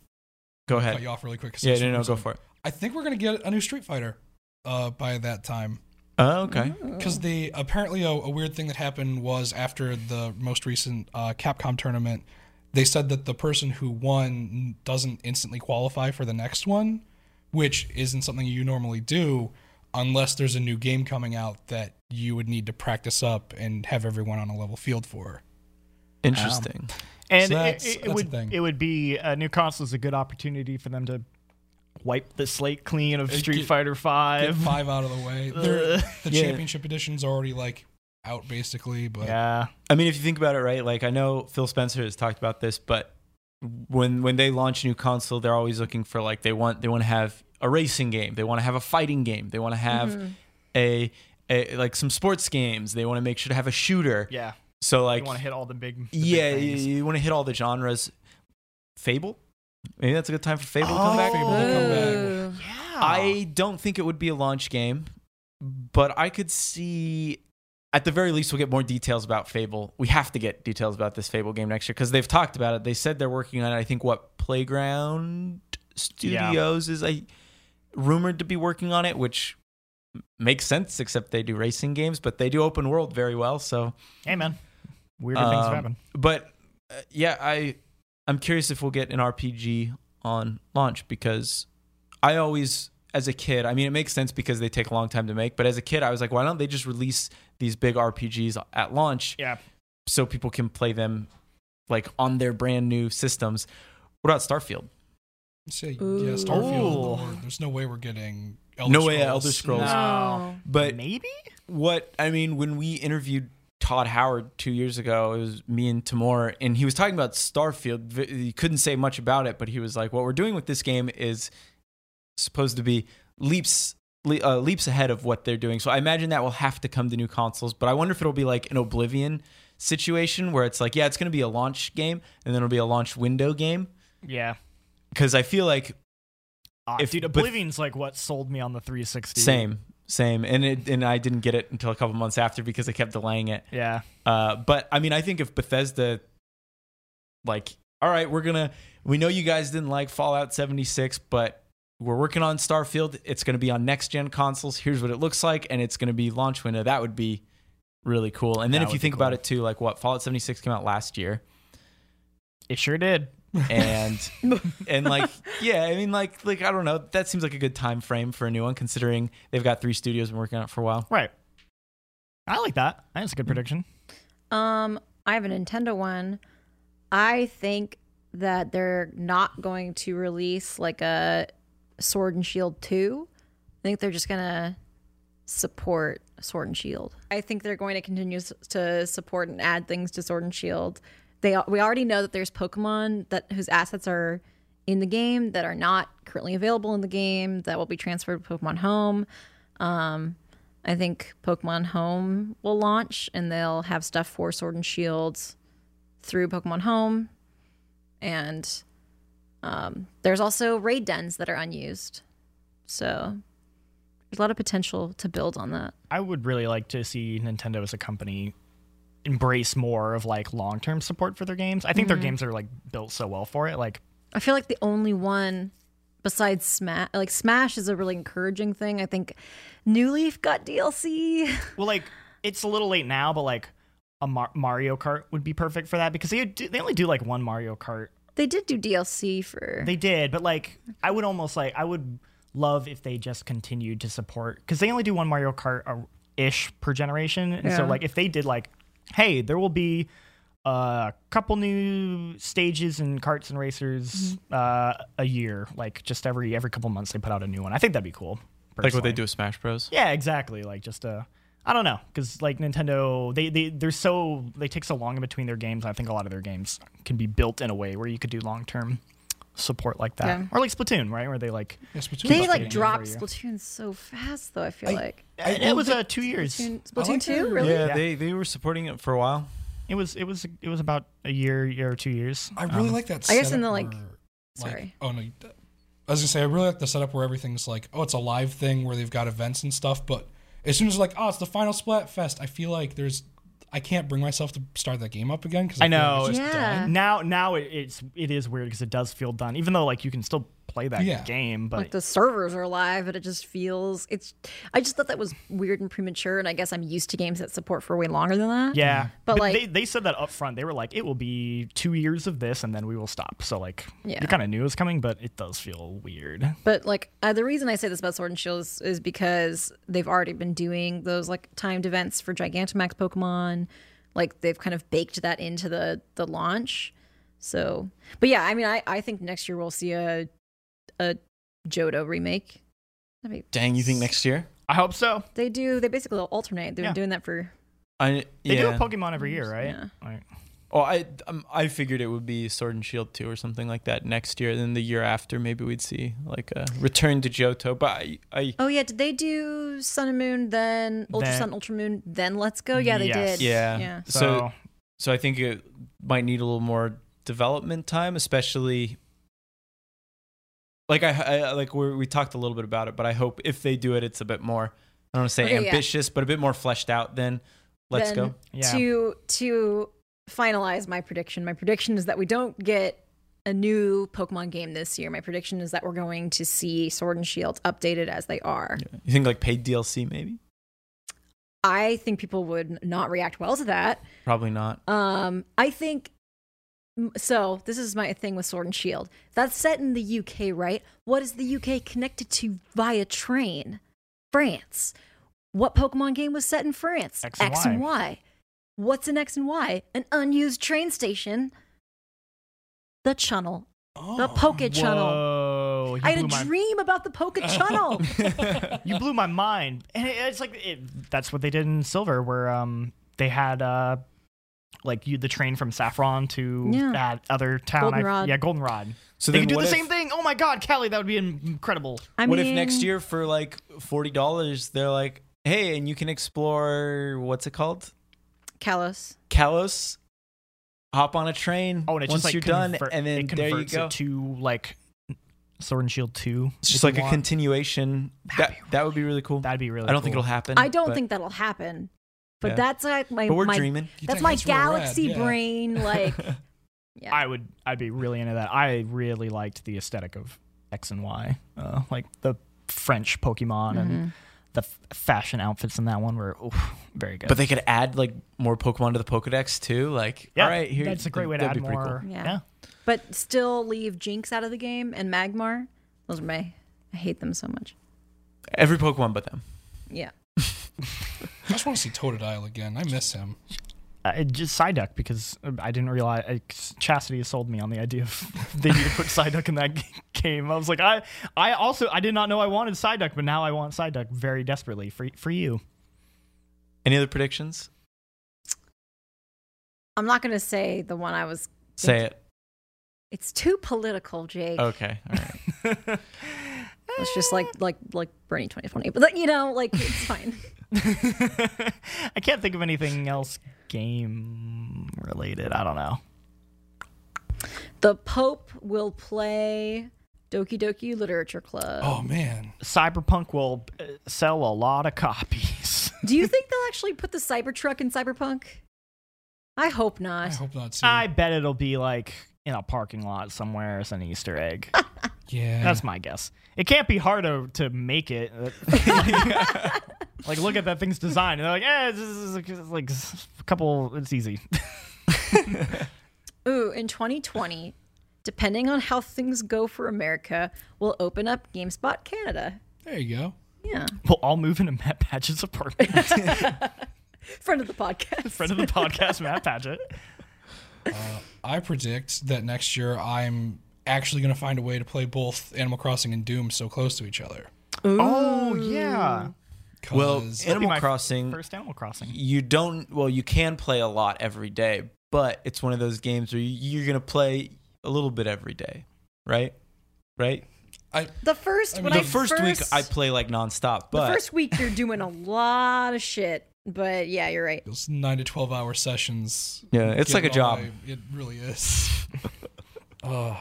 Speaker 1: Go
Speaker 3: cut
Speaker 1: ahead.
Speaker 3: you off really quick. 'cause
Speaker 1: Yeah,
Speaker 3: it's
Speaker 1: no, no,
Speaker 3: reason.
Speaker 1: go for it.
Speaker 3: I think we're gonna get a new Street Fighter uh, by that time
Speaker 1: Oh,
Speaker 2: Mm-hmm.
Speaker 1: okay.
Speaker 3: because the apparently a, a weird thing that happened was after the most recent uh, Capcom tournament, they said that the person who won doesn't instantly qualify for the next one, which isn't something you normally do unless there's a new game coming out that you would need to practice up and have everyone on a level field for.
Speaker 1: Interesting.
Speaker 2: And
Speaker 3: So
Speaker 2: it-
Speaker 3: that's-
Speaker 2: it, it
Speaker 3: that's a
Speaker 2: would
Speaker 3: thing.
Speaker 2: it would be a new console is a good opportunity for them to wipe the slate clean of Street
Speaker 3: get-
Speaker 2: Fighter
Speaker 3: Get
Speaker 2: Five.
Speaker 3: five out of the way. They're- the
Speaker 1: Yeah.
Speaker 3: championship edition's already like out basically, but
Speaker 2: Yeah,
Speaker 1: I mean, if you think about it, right? Like I know Phil Spencer has talked about this, but when when they launch a new console, they're always looking for like they want they want to have a racing game, they want to have a fighting game, they want to have
Speaker 4: Mm-hmm.
Speaker 1: a, a like some sports games, they want to make sure to have a shooter.
Speaker 2: yeah.
Speaker 1: So
Speaker 2: You
Speaker 1: like
Speaker 2: want to hit all the big. the big
Speaker 1: yeah, you,
Speaker 2: things.
Speaker 1: you want to hit all the genres. Fable, maybe that's a good time for Fable to
Speaker 2: Oh,
Speaker 1: come
Speaker 4: Mm-hmm.
Speaker 1: back.
Speaker 3: Fable.
Speaker 4: Ooh.
Speaker 3: comeback.
Speaker 2: Yeah.
Speaker 1: I don't think it would be a launch game, but I could see. At the very least, we'll get more details about Fable. We have to get details about this Fable game next year because they've talked about it. They said they're working on it. I think what Playground Studios is I rumored to be working on it, which m- makes sense. Except they do racing games, but they do open world very well. So,
Speaker 2: hey man, weirder things
Speaker 1: um,
Speaker 2: happen.
Speaker 1: but uh, yeah, I I'm curious if we'll get an RPG on launch because I always, as a kid, I mean, it makes sense because they take a long time to make. But as a kid, I was like, why don't they just release these big RPGs at launch
Speaker 2: Yeah.
Speaker 1: so people can play them like on their brand new systems? What about Starfield?
Speaker 3: Say, yeah,
Speaker 4: Ooh.
Speaker 3: Starfield.
Speaker 2: Ooh.
Speaker 3: or- there's no way we're getting Elder
Speaker 1: No
Speaker 3: Scrolls.
Speaker 1: way, Elder Scrolls.
Speaker 2: No.
Speaker 1: But
Speaker 2: Maybe.
Speaker 1: what I mean, when we interviewed Todd Howard two years ago, it was me and Tamor, and he was talking about Starfield. V- He couldn't say much about it, but he was like, "What we're doing with this game is supposed to be leaps." le- Uh, leaps ahead of what they're doing, so I imagine that will have to come to new consoles. But I wonder if it'll be like an Oblivion situation where it's like, yeah, it's going to be a launch game, and then it'll be a launch window game.
Speaker 2: Yeah.
Speaker 1: Because I feel like
Speaker 2: Ah,
Speaker 1: If-
Speaker 2: dude,
Speaker 1: but-
Speaker 2: Oblivion's like what sold me on the 360.
Speaker 1: same, same, and it, and I didn't get it until a couple months after because they kept delaying it.
Speaker 2: Yeah.
Speaker 1: Uh, but I mean, I think if Bethesda, like, all right, we're gonna, we know you guys didn't like Fallout 76, but we're working on Starfield. It's gonna be on next gen consoles. Here's what it looks like, and it's gonna be launch window. That would be really cool. And then
Speaker 2: That
Speaker 1: if
Speaker 2: would
Speaker 1: you
Speaker 2: be
Speaker 1: think about
Speaker 2: cool.
Speaker 1: it too, like what Fallout 76 came out last year,
Speaker 2: It sure did.
Speaker 1: and and like yeah, I mean like like I don't know. That seems like a good time frame for a new one, considering they've got three studios been working on it for a while.
Speaker 2: Right. I like that. I think
Speaker 1: Mm.
Speaker 2: it's a good prediction.
Speaker 4: Um, I have a Nintendo one. I think that they're not going to release like a Sword and Shield 2. I think they're just going to support Sword and Shield. I think they're going to continue s- to support and add things to Sword and Shield. They al- we already know that there's Pokemon that whose assets are in the game that are not currently available in the game that will be transferred to Pokemon Home. I think Pokemon Home will launch and they'll have stuff for Sword and Shields through Pokemon Home. And um, there's also raid dens that are unused. So there's a lot of potential to build on that.
Speaker 2: I would really like to see Nintendo as a company embrace more of like long-term support for their games. I think
Speaker 1: Mm-hmm.
Speaker 2: their games are like built so well for it. Like
Speaker 4: I feel like the only one besides Smash, like Smash is a really encouraging thing. I think New Leaf got DLC.
Speaker 2: well like it's a little late now, but like a Mar- Mario Kart would be perfect for that because they do, they only do like one Mario Kart.
Speaker 4: they did do DLC for.
Speaker 2: They did, but like I would almost like I would love if they just continued to support cuz they only do one Mario Kart uh, ish per generation. And so
Speaker 4: Yeah.
Speaker 2: like if they did like hey, there will be a couple new stages and carts and racers uh, a year, like just every every couple months they put out a new one. I think that'd be cool.
Speaker 1: Like what they
Speaker 2: personally.
Speaker 1: do with Smash Bros.
Speaker 2: Yeah, exactly. Like just uh I don't know, because like Nintendo, they they they're so they take so long in between their games. I think a lot of their games can be built in a way where you could do long term support like that,
Speaker 4: Yeah.
Speaker 2: or like Splatoon, right? Where they like
Speaker 3: Yeah, Splatoon
Speaker 4: They
Speaker 3: was
Speaker 4: like
Speaker 3: pretty
Speaker 4: dropped
Speaker 2: you.
Speaker 4: Splatoon so fast, though. I feel
Speaker 3: I-
Speaker 4: like
Speaker 2: it, was uh, two years.
Speaker 4: Splatoon,
Speaker 3: I
Speaker 4: Splatoon
Speaker 3: like
Speaker 4: two,
Speaker 3: that.
Speaker 4: really?
Speaker 1: Yeah,
Speaker 2: Yeah.
Speaker 1: they they were supporting it for a while.
Speaker 2: It was it was it was about a year, year or two years.
Speaker 3: I really like that.
Speaker 4: I guess
Speaker 3: setup
Speaker 4: in the, like-
Speaker 3: where,
Speaker 4: sorry.
Speaker 3: Oh no, you- I was gonna say I really like the setup where everything's like, oh, it's a live thing where they've got events and stuff, but as soon as like, oh, it's the final Splat Fest, I feel like there's I can't bring myself to start that game up again because
Speaker 2: I know.
Speaker 3: Like it's
Speaker 4: Yeah.
Speaker 3: just done.
Speaker 2: Now, now it, it's it is weird because it does feel done, even though like you can still play that
Speaker 3: Yeah.
Speaker 2: game, but
Speaker 4: like the servers are live but it just feels it's i just thought that was weird and premature and i guess i'm used to games that support for way longer than that
Speaker 2: yeah.
Speaker 4: But, like-
Speaker 2: they they said that up front. They were like, it will be two years of this, and then we will stop. So like,
Speaker 4: Yeah.
Speaker 2: you kind of knew it was coming, but it does feel weird.
Speaker 4: but like uh, the reason i say this about sword and shield is, is because they've already been doing those like timed events for gigantamax pokemon like they've kind of baked that into the the launch so but yeah i mean i i think next year we'll see a a jodo remake That'd be-
Speaker 1: Dang, you think next year?
Speaker 2: I hope so.
Speaker 4: they do they basically alternate they've
Speaker 2: Yeah.
Speaker 4: been doing that for
Speaker 1: I
Speaker 2: They
Speaker 1: yeah.
Speaker 2: do a Pokemon every year, right?
Speaker 4: Yeah.
Speaker 2: Like,
Speaker 1: oh, I um, I figured it would be Sword and Shield two or something like that next year. Then the year after, maybe we'd see like a return to Johto. But I, I
Speaker 4: Oh yeah, did they do Sun and Moon then Ultra
Speaker 2: Then-
Speaker 4: Sun Ultra Moon then Let's Go? Yeah, they
Speaker 2: Yes.
Speaker 4: did.
Speaker 1: yeah.
Speaker 4: Yeah.
Speaker 2: so,
Speaker 1: so so I think it might need a little more development time, especially like I, I like we we talked a little bit about it, but I hope if they do it, it's a bit more. I don't want to say
Speaker 4: Okay, yeah.
Speaker 1: ambitious, but a bit more fleshed out than Let's
Speaker 4: Then
Speaker 1: Go.
Speaker 2: Yeah.
Speaker 4: To to finalize my prediction, my prediction is that we don't get a new Pokemon game this year. My prediction is that we're going to see Sword and Shield updated as they are.
Speaker 1: You think like paid DLC maybe?
Speaker 4: I think people would not react well to that.
Speaker 1: Probably not.
Speaker 4: Um, I think m- so. This is my thing with Sword and Shield. That's set in the UK, right? What is the UK connected to via train? France. What Pokemon game was set in France?
Speaker 2: X and
Speaker 4: Y. What's an X and Y? An unused train station. The Channel. The
Speaker 1: Oh,
Speaker 4: Poke Channel.
Speaker 2: Whoa, you
Speaker 4: I had
Speaker 2: blew
Speaker 4: a
Speaker 2: my-
Speaker 4: dream about the Poke Channel.
Speaker 2: You blew my mind, and it, it's like it, that's what they did in Silver, where um they had uh like you the train from Saffron to
Speaker 4: Yeah.
Speaker 2: that other town. I-
Speaker 4: Goldenrod.
Speaker 2: yeah, Goldenrod.
Speaker 1: So
Speaker 2: they
Speaker 1: then
Speaker 2: could do the
Speaker 1: what if-
Speaker 2: same thing. Oh my God, Callie, that would be in- incredible.
Speaker 4: I
Speaker 1: what if
Speaker 4: mean,
Speaker 1: next year for like forty dollars they're like, hey, and you can explore what's it called,
Speaker 4: Kalos?
Speaker 1: Kalos. Hop on a train.
Speaker 2: Oh, and it's
Speaker 1: once
Speaker 2: just like
Speaker 1: you're done,
Speaker 2: convert-
Speaker 1: and then
Speaker 2: it
Speaker 1: there you
Speaker 2: converts
Speaker 1: go.
Speaker 2: It to like Sword and Shield two.
Speaker 1: It's just
Speaker 2: if you
Speaker 1: like a
Speaker 2: want.
Speaker 1: continuation. That that would be really cool.
Speaker 2: That'd be really.
Speaker 1: I don't think
Speaker 2: cool.
Speaker 1: it'll happen.
Speaker 4: I don't
Speaker 1: but-
Speaker 4: think that'll happen. But
Speaker 1: Yeah.
Speaker 4: that's like my
Speaker 1: But we're
Speaker 4: my
Speaker 1: dreaming.
Speaker 3: You
Speaker 4: That's
Speaker 3: think
Speaker 4: my
Speaker 3: that's where we're at,
Speaker 4: galaxy
Speaker 3: yeah.
Speaker 4: brain. Like, yeah.
Speaker 2: I would. I'd be really into that. I really liked the aesthetic of X and Y, uh, like the French Pokemon
Speaker 4: Mm-hmm.
Speaker 2: and the f- fashion outfits in that one were oof, very good.
Speaker 1: But they could add like more Pokemon to the Pokedex too. Like,
Speaker 2: yeah,
Speaker 1: all right, here.
Speaker 2: that's a great way to add
Speaker 1: that'd be pretty
Speaker 2: more.
Speaker 1: Cool.
Speaker 4: Yeah.
Speaker 2: Yeah.
Speaker 4: but still leave Jinx out of the game and Magmar. Those are my. I hate them so much.
Speaker 1: Every Pokemon but them.
Speaker 4: Yeah.
Speaker 3: I just want to see Totodile again. I miss him.
Speaker 2: Uh, it just Psyduck because uh, I didn't realize uh, Chastity has sold me on the idea of they need to put Psyduck in that g- game. I was like, I, I also I did not know I wanted Psyduck, but now I want Psyduck very desperately for y- for you.
Speaker 1: Any other predictions?
Speaker 4: I'm not gonna say the one I was.
Speaker 1: Say it.
Speaker 4: It's too political, Jake.
Speaker 1: Okay. All right.
Speaker 4: It's just like like like Bernie 2020. But like, you know, like it's fine.
Speaker 2: I can't think of anything else game related. I don't know.
Speaker 4: The Pope will play Doki Doki Literature Club.
Speaker 3: Oh man,
Speaker 2: Cyberpunk will uh, sell a lot of copies.
Speaker 4: Do you think they'll actually put the Cybertruck in Cyberpunk? I hope
Speaker 3: I
Speaker 4: not.
Speaker 3: hope not. Too.
Speaker 2: I bet it'll be like in a parking lot somewhere as an Easter egg.
Speaker 3: yeah,
Speaker 2: That's my guess. It can't be hard to, to make it. like, look at that thing's design. And they're like, yeah, this is like- it's like a couple, it's easy.
Speaker 4: Ooh, in 2020, depending on how things go for America, we'll open up GameSpot Canada.
Speaker 3: there you go.
Speaker 4: Yeah.
Speaker 2: We'll all move into Matt Patchett's apartment in
Speaker 4: Friend of the podcast.
Speaker 2: front of the podcast, Matt Patchett.
Speaker 3: I predict that next year I'm actually going to find a way to play both Animal Crossing and Doom so close to each other.
Speaker 2: Oh, yeah.
Speaker 3: 'Cause-
Speaker 1: Well,
Speaker 2: Be my
Speaker 1: Animal
Speaker 2: f-
Speaker 1: Crossing.
Speaker 2: First Animal Crossing.
Speaker 1: you don't well you can play a lot every day but it's one of those games where you- you're gonna play a little bit every day right right
Speaker 3: I
Speaker 4: The first, when
Speaker 3: The
Speaker 4: I
Speaker 1: the first, week i play like nonstop but
Speaker 4: the first week you're doing a lot of shit, but yeah, you're right.
Speaker 3: those nine to twelve hour sessions.
Speaker 1: yeah it's
Speaker 3: get
Speaker 1: like a
Speaker 3: it
Speaker 1: job
Speaker 3: all I- it really is. oh,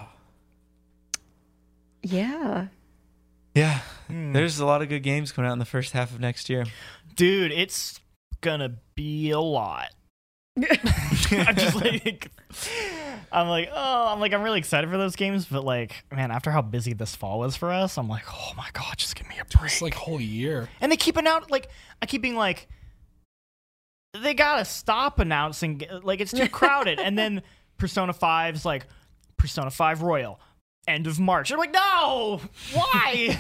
Speaker 1: Hmm.
Speaker 4: Yeah.
Speaker 1: yeah there's a lot of good games coming out in the first half of next year
Speaker 2: Dude, it's gonna be a lot. I'm just like, I'm like, oh, I'm like, I'm really excited for those games, but like, man, after how busy this fall was for us, I'm like, oh my god, just give me a break.
Speaker 3: It's like whole year.
Speaker 2: And they keep announcing, like, I keep being like, they gotta stop announcing, like, it's too crowded. and then Persona 5's like, Persona 5 Royal, end of March. I'm like, no, why?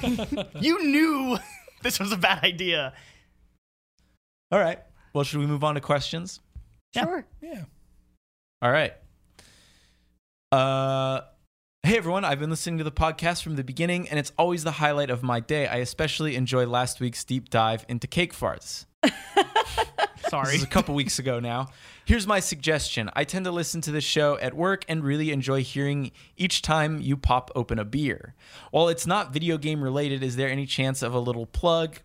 Speaker 2: you knew this was a bad idea.
Speaker 1: All right. Well, should we move on to questions?
Speaker 2: Yeah.
Speaker 4: Sure.
Speaker 3: Yeah.
Speaker 1: All right. Uh, hey everyone, I've been listening to the podcast from the beginning, and it's always the highlight of my day. I especially enjoy last week's deep dive into cake farts. This
Speaker 2: Sorry.
Speaker 1: is a couple weeks ago now. Here's my suggestion. I tend to listen to this show at work and really enjoy hearing each time you pop open a beer. While it's not video game related, is there any chance of a little plug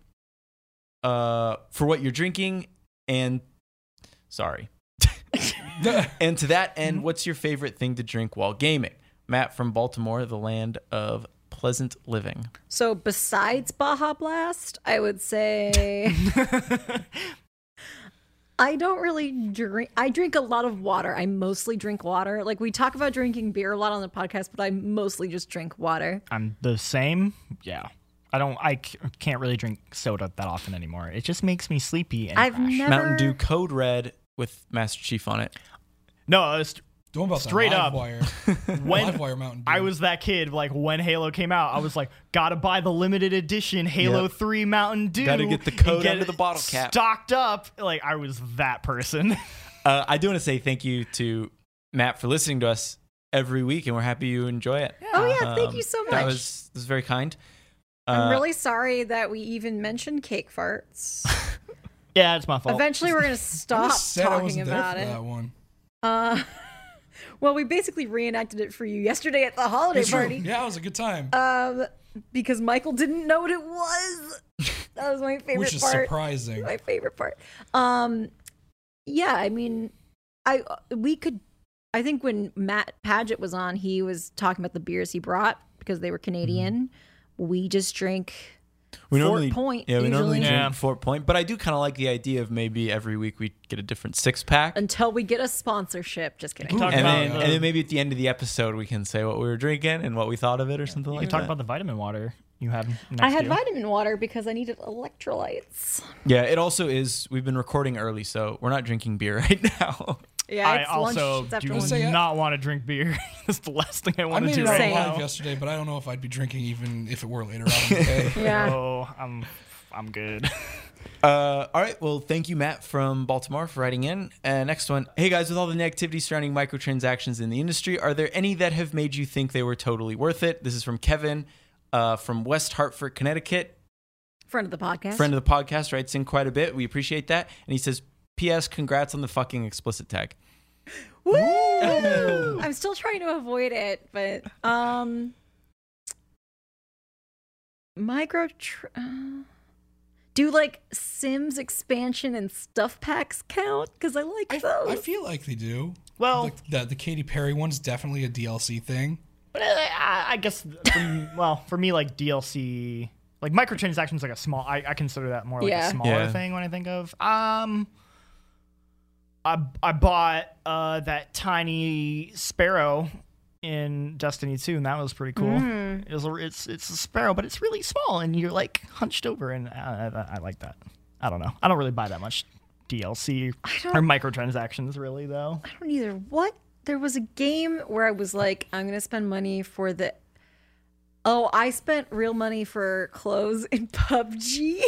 Speaker 1: uh, for what you're drinking? And sorry. and to that end, what's your favorite thing to drink while gaming? Matt from Baltimore, the land of pleasant living.
Speaker 4: So besides Baja Blast, I would say I don't really drink. I drink a lot of water. I mostly drink water. Like we talk about drinking beer a lot on the podcast, but I mostly just drink water.
Speaker 2: I'm the same. Yeah. I don't. I c- can't really drink soda that often anymore. It just makes me sleepy. And
Speaker 4: I've
Speaker 2: crash.
Speaker 4: never
Speaker 1: Mountain Dew Code Red with Master Chief on it.
Speaker 2: no. It's,
Speaker 3: Don't about
Speaker 2: Straight
Speaker 3: that
Speaker 2: up.
Speaker 3: Livewire.
Speaker 2: when
Speaker 3: Livewire Mountain Dew.
Speaker 2: I was that kid, like when Halo came out, I was like, gotta buy the limited edition Halo
Speaker 1: Yep.
Speaker 2: Three Mountain Dew.
Speaker 1: Gotta get the
Speaker 2: and
Speaker 1: code
Speaker 2: get
Speaker 1: under
Speaker 2: it
Speaker 1: the bottle cap."
Speaker 2: Stocked up. Like I was that person.
Speaker 1: Uh, I do want to say thank you to Matt for listening to us every week, and we're happy you enjoy it.
Speaker 4: Oh yeah, thank
Speaker 1: Um,
Speaker 4: you so much.
Speaker 1: That was, that was very kind.
Speaker 3: uh,
Speaker 4: I'm really sorry that we even mentioned cake farts.
Speaker 2: yeah, it's my fault.
Speaker 4: Eventually, we're gonna
Speaker 3: I
Speaker 4: stop
Speaker 3: just said I
Speaker 4: talking
Speaker 3: wasn't
Speaker 4: about
Speaker 3: there for
Speaker 4: it.
Speaker 3: that one.
Speaker 4: Uh, well, we basically reenacted it for you yesterday at the holiday
Speaker 3: It's true.
Speaker 4: party.
Speaker 3: Yeah, it was a good time,
Speaker 4: Um, because Michael didn't know what it was. That was my favorite
Speaker 3: which is
Speaker 4: part.
Speaker 3: surprising.
Speaker 4: My favorite part. Um, yeah, I mean, I we could. I think when Matt Paget was on, he was talking about the beers he brought because they were Canadian. We just drink.
Speaker 1: We
Speaker 4: Fort Point,
Speaker 1: yeah, we normally
Speaker 4: usually.
Speaker 1: drink
Speaker 2: Yeah.
Speaker 1: Fort Point, but I do kind of like the idea of maybe every week we get a different six pack, and
Speaker 4: Until we get a sponsorship, just kidding.
Speaker 2: Talk
Speaker 1: then
Speaker 2: about the,
Speaker 1: and then maybe at the end of the episode we can say what we were drinking and what we thought of it or something
Speaker 2: you
Speaker 1: like
Speaker 2: talk
Speaker 1: that.
Speaker 2: about the vitamin water you had. Next
Speaker 4: I had
Speaker 2: to you.
Speaker 4: vitamin water because I needed electrolytes.
Speaker 1: yeah, it also is. We've been recording early, so we're not drinking beer right now.
Speaker 4: Yeah,
Speaker 2: I
Speaker 4: it's lunch.
Speaker 2: also
Speaker 4: It's after
Speaker 2: do
Speaker 4: lunch.
Speaker 3: Say it.
Speaker 2: not want to drink beer. That's the last thing I
Speaker 3: I
Speaker 2: want to
Speaker 3: made
Speaker 2: do
Speaker 3: it out
Speaker 2: right
Speaker 4: Same.
Speaker 3: alive
Speaker 2: now.
Speaker 3: yesterday, but I don't know if I'd be drinking even if it were later on in the day.
Speaker 4: Yeah.
Speaker 2: Oh, I'm, I'm good.
Speaker 1: Uh, all right. Well, thank you, Matt from Baltimore, for writing in. Uh, next one. Hey, guys, with all the negativity surrounding microtransactions in the industry, are there any that have made you think they were totally worth it? This is from Kevin uh, from West Hartford, Connecticut.
Speaker 4: Friend of the podcast.
Speaker 1: Friend of the podcast, writes in quite a bit. We appreciate that. And he says, P.S. Congrats on the fucking explicit tag.
Speaker 4: Woo! I'm still trying to avoid it, but um, micro. Tr- uh, do like Sims expansion and stuff packs count? Because I like
Speaker 3: I,
Speaker 4: those.
Speaker 3: I feel like they do.
Speaker 2: Well-
Speaker 3: like the, the Katy Perry one's definitely a DLC thing.
Speaker 2: But I, I guess, for, well, for me, like DLC, like microtransactions, like a small. I, I consider that more like
Speaker 4: Yeah.
Speaker 2: a smaller
Speaker 1: Yeah.
Speaker 2: thing when I think of. Um, I I bought uh that tiny sparrow in Destiny 2, and that was pretty cool.
Speaker 3: Mm.
Speaker 2: It was a, it's it's a sparrow, but it's really small, and you're like hunched over, and I, I, I like that. I don't know. I don't really buy that much DLC
Speaker 4: don't-
Speaker 2: or microtransactions, really, though.
Speaker 4: I don't either. What? There was a game where I was like, I'm gonna spend money for the. Oh, I spent real money for clothes in PUBG.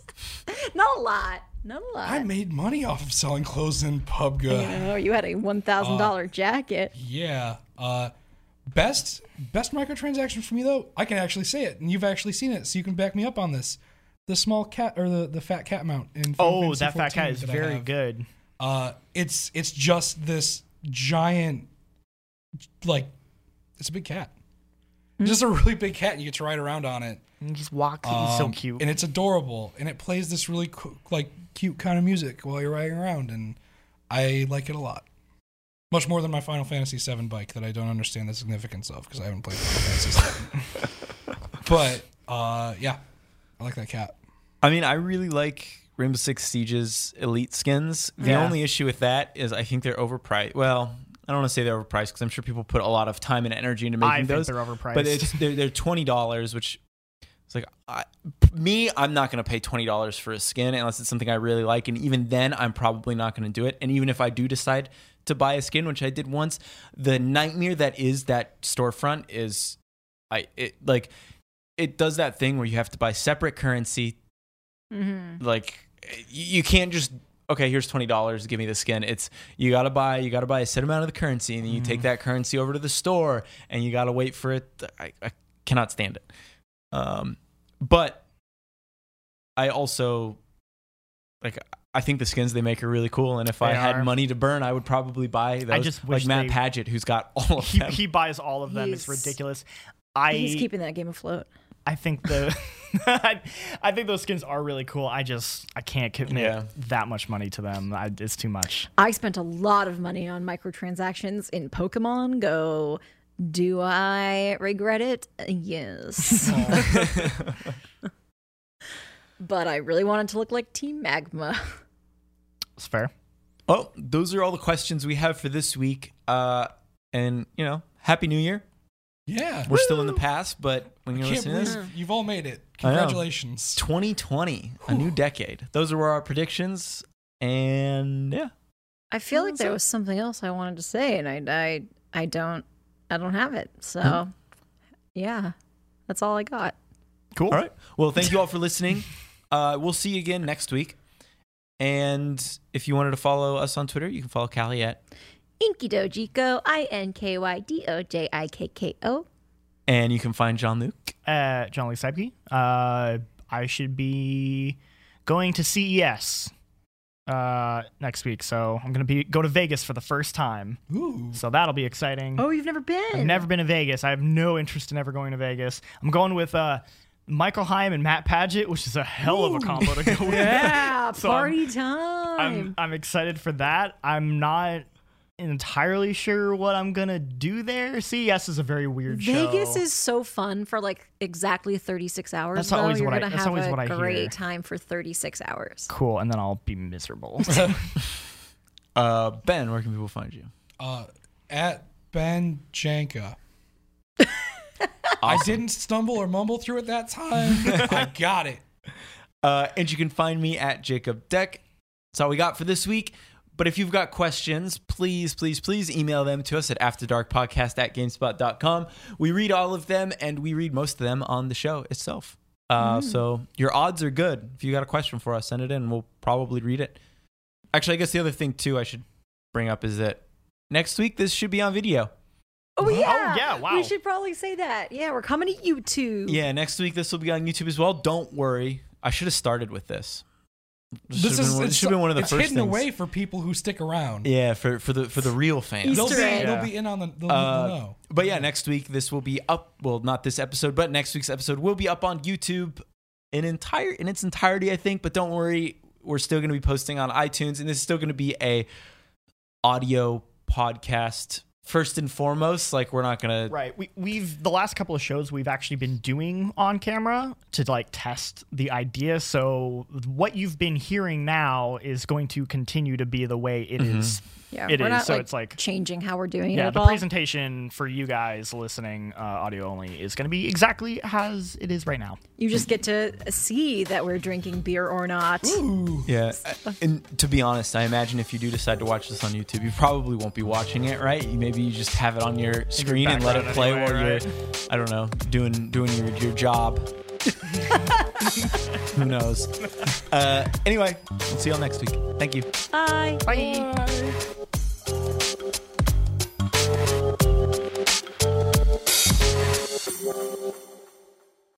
Speaker 4: not a lot. Not a lot.
Speaker 3: I made money off of selling clothes in PubG.
Speaker 4: oh, you had a one thousand dollar jacket.
Speaker 3: Yeah. Uh, best best microtransaction for me though. I can actually say it, and you've actually seen it, so you can back me up on this. The small cat or the, the fat cat mount in Final
Speaker 2: Oh,
Speaker 3: Fantasy
Speaker 2: that fat cat
Speaker 3: 14
Speaker 2: is
Speaker 3: that I
Speaker 2: very
Speaker 3: have.
Speaker 2: good.
Speaker 3: Uh, it's it's just this giant, like, it's a big cat.
Speaker 2: Hmm.
Speaker 3: Just a really big cat, and you get to ride around on it.
Speaker 2: He just walks. he's so
Speaker 3: Um,
Speaker 2: cute.
Speaker 3: and it's adorable, and it plays this really co- like cute kind of music while you're riding around, and I like it a lot. Much more than my Final Fantasy VII bike that I don't understand the significance of because I haven't played Final Fantasy VII. but uh, yeah, I like that cat.
Speaker 1: I mean, I really like Rainbow Six Siege's elite skins. The
Speaker 2: Yeah.
Speaker 1: only issue with that is I think they're overpriced. Well, I don't want to say they're overpriced because I'm sure people put a lot of time and energy into making
Speaker 2: I think
Speaker 1: those.
Speaker 2: they're overpriced.
Speaker 1: but it's, they're they're twenty dollars, which it's like I, me, I'm not going to pay twenty dollars for a skin unless it's something I really like, and even then, I'm probably not going to do it. And even if I do decide to buy a skin, which I did once, the nightmare that is that storefront is, I it like it does that thing where you have to buy separate currency.
Speaker 4: Mm-hmm.
Speaker 1: Like y- you can't just okay, here's twenty dollars, give me the skin. It's you gotta buy you gotta buy a set amount of the currency, and then you
Speaker 2: Mm.
Speaker 1: take that currency over to the store, and you gotta wait for it. I, I cannot stand it. Um, but I also like I think the skins they make are really cool, and if I
Speaker 2: They are.
Speaker 1: had money to burn, I would probably buy those.
Speaker 2: just
Speaker 1: like
Speaker 2: wish
Speaker 1: Matt
Speaker 2: they-
Speaker 1: Paget, who's got all of
Speaker 2: he,
Speaker 1: them.
Speaker 2: he buys all of them. it's
Speaker 4: He's-
Speaker 2: ridiculous. I
Speaker 4: He's keeping that game afloat.
Speaker 2: I think the I, I think those skins are really cool. I just I can't commit
Speaker 1: Yeah.
Speaker 2: that much money to them. I, it's too much.
Speaker 4: I spent a lot of money on microtransactions in Pokemon Go. Do I regret it? Yes. but I really wanted to look like Team Magma.
Speaker 2: It's fair.
Speaker 1: Well, Oh, those are all the questions we have for this week. Uh, and you know, happy New Year.
Speaker 3: Yeah.
Speaker 1: We're still in the past, but when you're
Speaker 3: Can't
Speaker 1: listening to
Speaker 3: believe
Speaker 1: this,
Speaker 3: you've all made it.
Speaker 1: I know.
Speaker 3: Congratulations.
Speaker 1: 2020, a new decade. Those were our predictions, and yeah,
Speaker 4: I feel like there was something else I wanted to say, and I, I, I don't, I don't have it. So, yeah, that's all I got.
Speaker 2: Cool.
Speaker 1: all right. Well, thank you all for listening. Uh, we'll see you again next week. And if you wanted to follow us on Twitter, you can follow Callie at
Speaker 4: Inky Dojiko, I N K Y D O J I K K O.
Speaker 1: and you can find John Luke.
Speaker 2: Uh, John Lee Seipke. Uh, I should be going to CES uh next week so i'm gonna be go to vegas for the first time
Speaker 1: Mm-hmm.
Speaker 3: Ooh.
Speaker 2: so that'll be exciting
Speaker 4: Oh, you've never been.
Speaker 2: I've never been to Vegas. I have no interest in ever going to Vegas. I'm going with uh, Michael Heim and Matt Paget, which is a hell of a combo to go with.
Speaker 4: Yeah,
Speaker 2: So I'm-
Speaker 4: Ah, party time.
Speaker 2: I'm, I'm excited for that. I'm not entirely sure what I'm gonna do there. CES is a very weird show.
Speaker 4: Vegas is so fun for like exactly 36 hours.
Speaker 2: That's
Speaker 4: though.
Speaker 2: always
Speaker 4: You're
Speaker 2: what I-
Speaker 4: gonna
Speaker 2: that's
Speaker 4: have
Speaker 2: always
Speaker 4: a
Speaker 2: what I hear.
Speaker 4: great time for 36 hours.
Speaker 2: cool, and then I'll be miserable.
Speaker 1: Uh, ben, where can people find you?
Speaker 3: Uh, at Ben Janka. I
Speaker 1: Awesome.
Speaker 3: didn't stumble or mumble through it that time. I got it.
Speaker 1: Uh, and you can find me at Jacob Deck. That's all we got for this week. But if you've got questions, please, please, please email them to us at afterdarkpodcast at gamespot.com. We read all of them and we read most of them on the show itself.
Speaker 3: Mm.
Speaker 1: Uh, So your odds are good. If you got a question for us, send it in. We'll probably read it. Actually, I guess the other thing, too, I should bring up is that next week this should be on video.
Speaker 4: Oh yeah.
Speaker 2: yeah, wow.
Speaker 4: We should probably say that. Yeah, we're coming to YouTube.
Speaker 1: Yeah, next week this will be on YouTube as well. Don't worry. I should have started with this.
Speaker 3: This
Speaker 1: should've
Speaker 3: is
Speaker 1: been,
Speaker 3: it's-
Speaker 1: should have been one of the
Speaker 3: it's
Speaker 1: first
Speaker 3: hidden
Speaker 1: things.
Speaker 3: away for people who stick around.
Speaker 1: Yeah, for for the for the real fans.
Speaker 3: They'll, be,
Speaker 4: Easter egg.
Speaker 3: they'll be in on the. They'll,
Speaker 1: Uh,
Speaker 3: they'll know.
Speaker 1: But yeah, next week this will be up. Well, not this episode, but next week's episode will be up on YouTube in entire in its entirety, I think. But don't worry, we're still going to be posting on iTunes, and this is still going to be a audio podcast first and foremost. Like we're not going
Speaker 2: Right. We, we've the last couple of shows we've actually been doing on camera to like test the idea. So what you've been hearing now is going to continue to be the way it is.
Speaker 4: Yeah,
Speaker 2: It
Speaker 4: we're
Speaker 2: is,
Speaker 4: not,
Speaker 2: so
Speaker 4: like,
Speaker 2: it's like-
Speaker 4: changing how we're doing it
Speaker 2: Yeah,
Speaker 4: at
Speaker 2: the
Speaker 4: all.
Speaker 2: presentation for you guys listening, uh, audio only, is going to be exactly as it is right now.
Speaker 4: you just get to see that we're drinking beer or not.
Speaker 1: to. Yeah. uh, And to be honest, I imagine if you do decide to watch this on YouTube, you probably won't be watching it, right? You- Maybe you just have it on your screen and let it
Speaker 2: background
Speaker 1: play
Speaker 2: anyway,
Speaker 1: while you're, I don't know, doing doing your your job. Who knows? Uh, anyway, we'll see y'all next week. Thank you.
Speaker 4: Bye.
Speaker 2: Bye.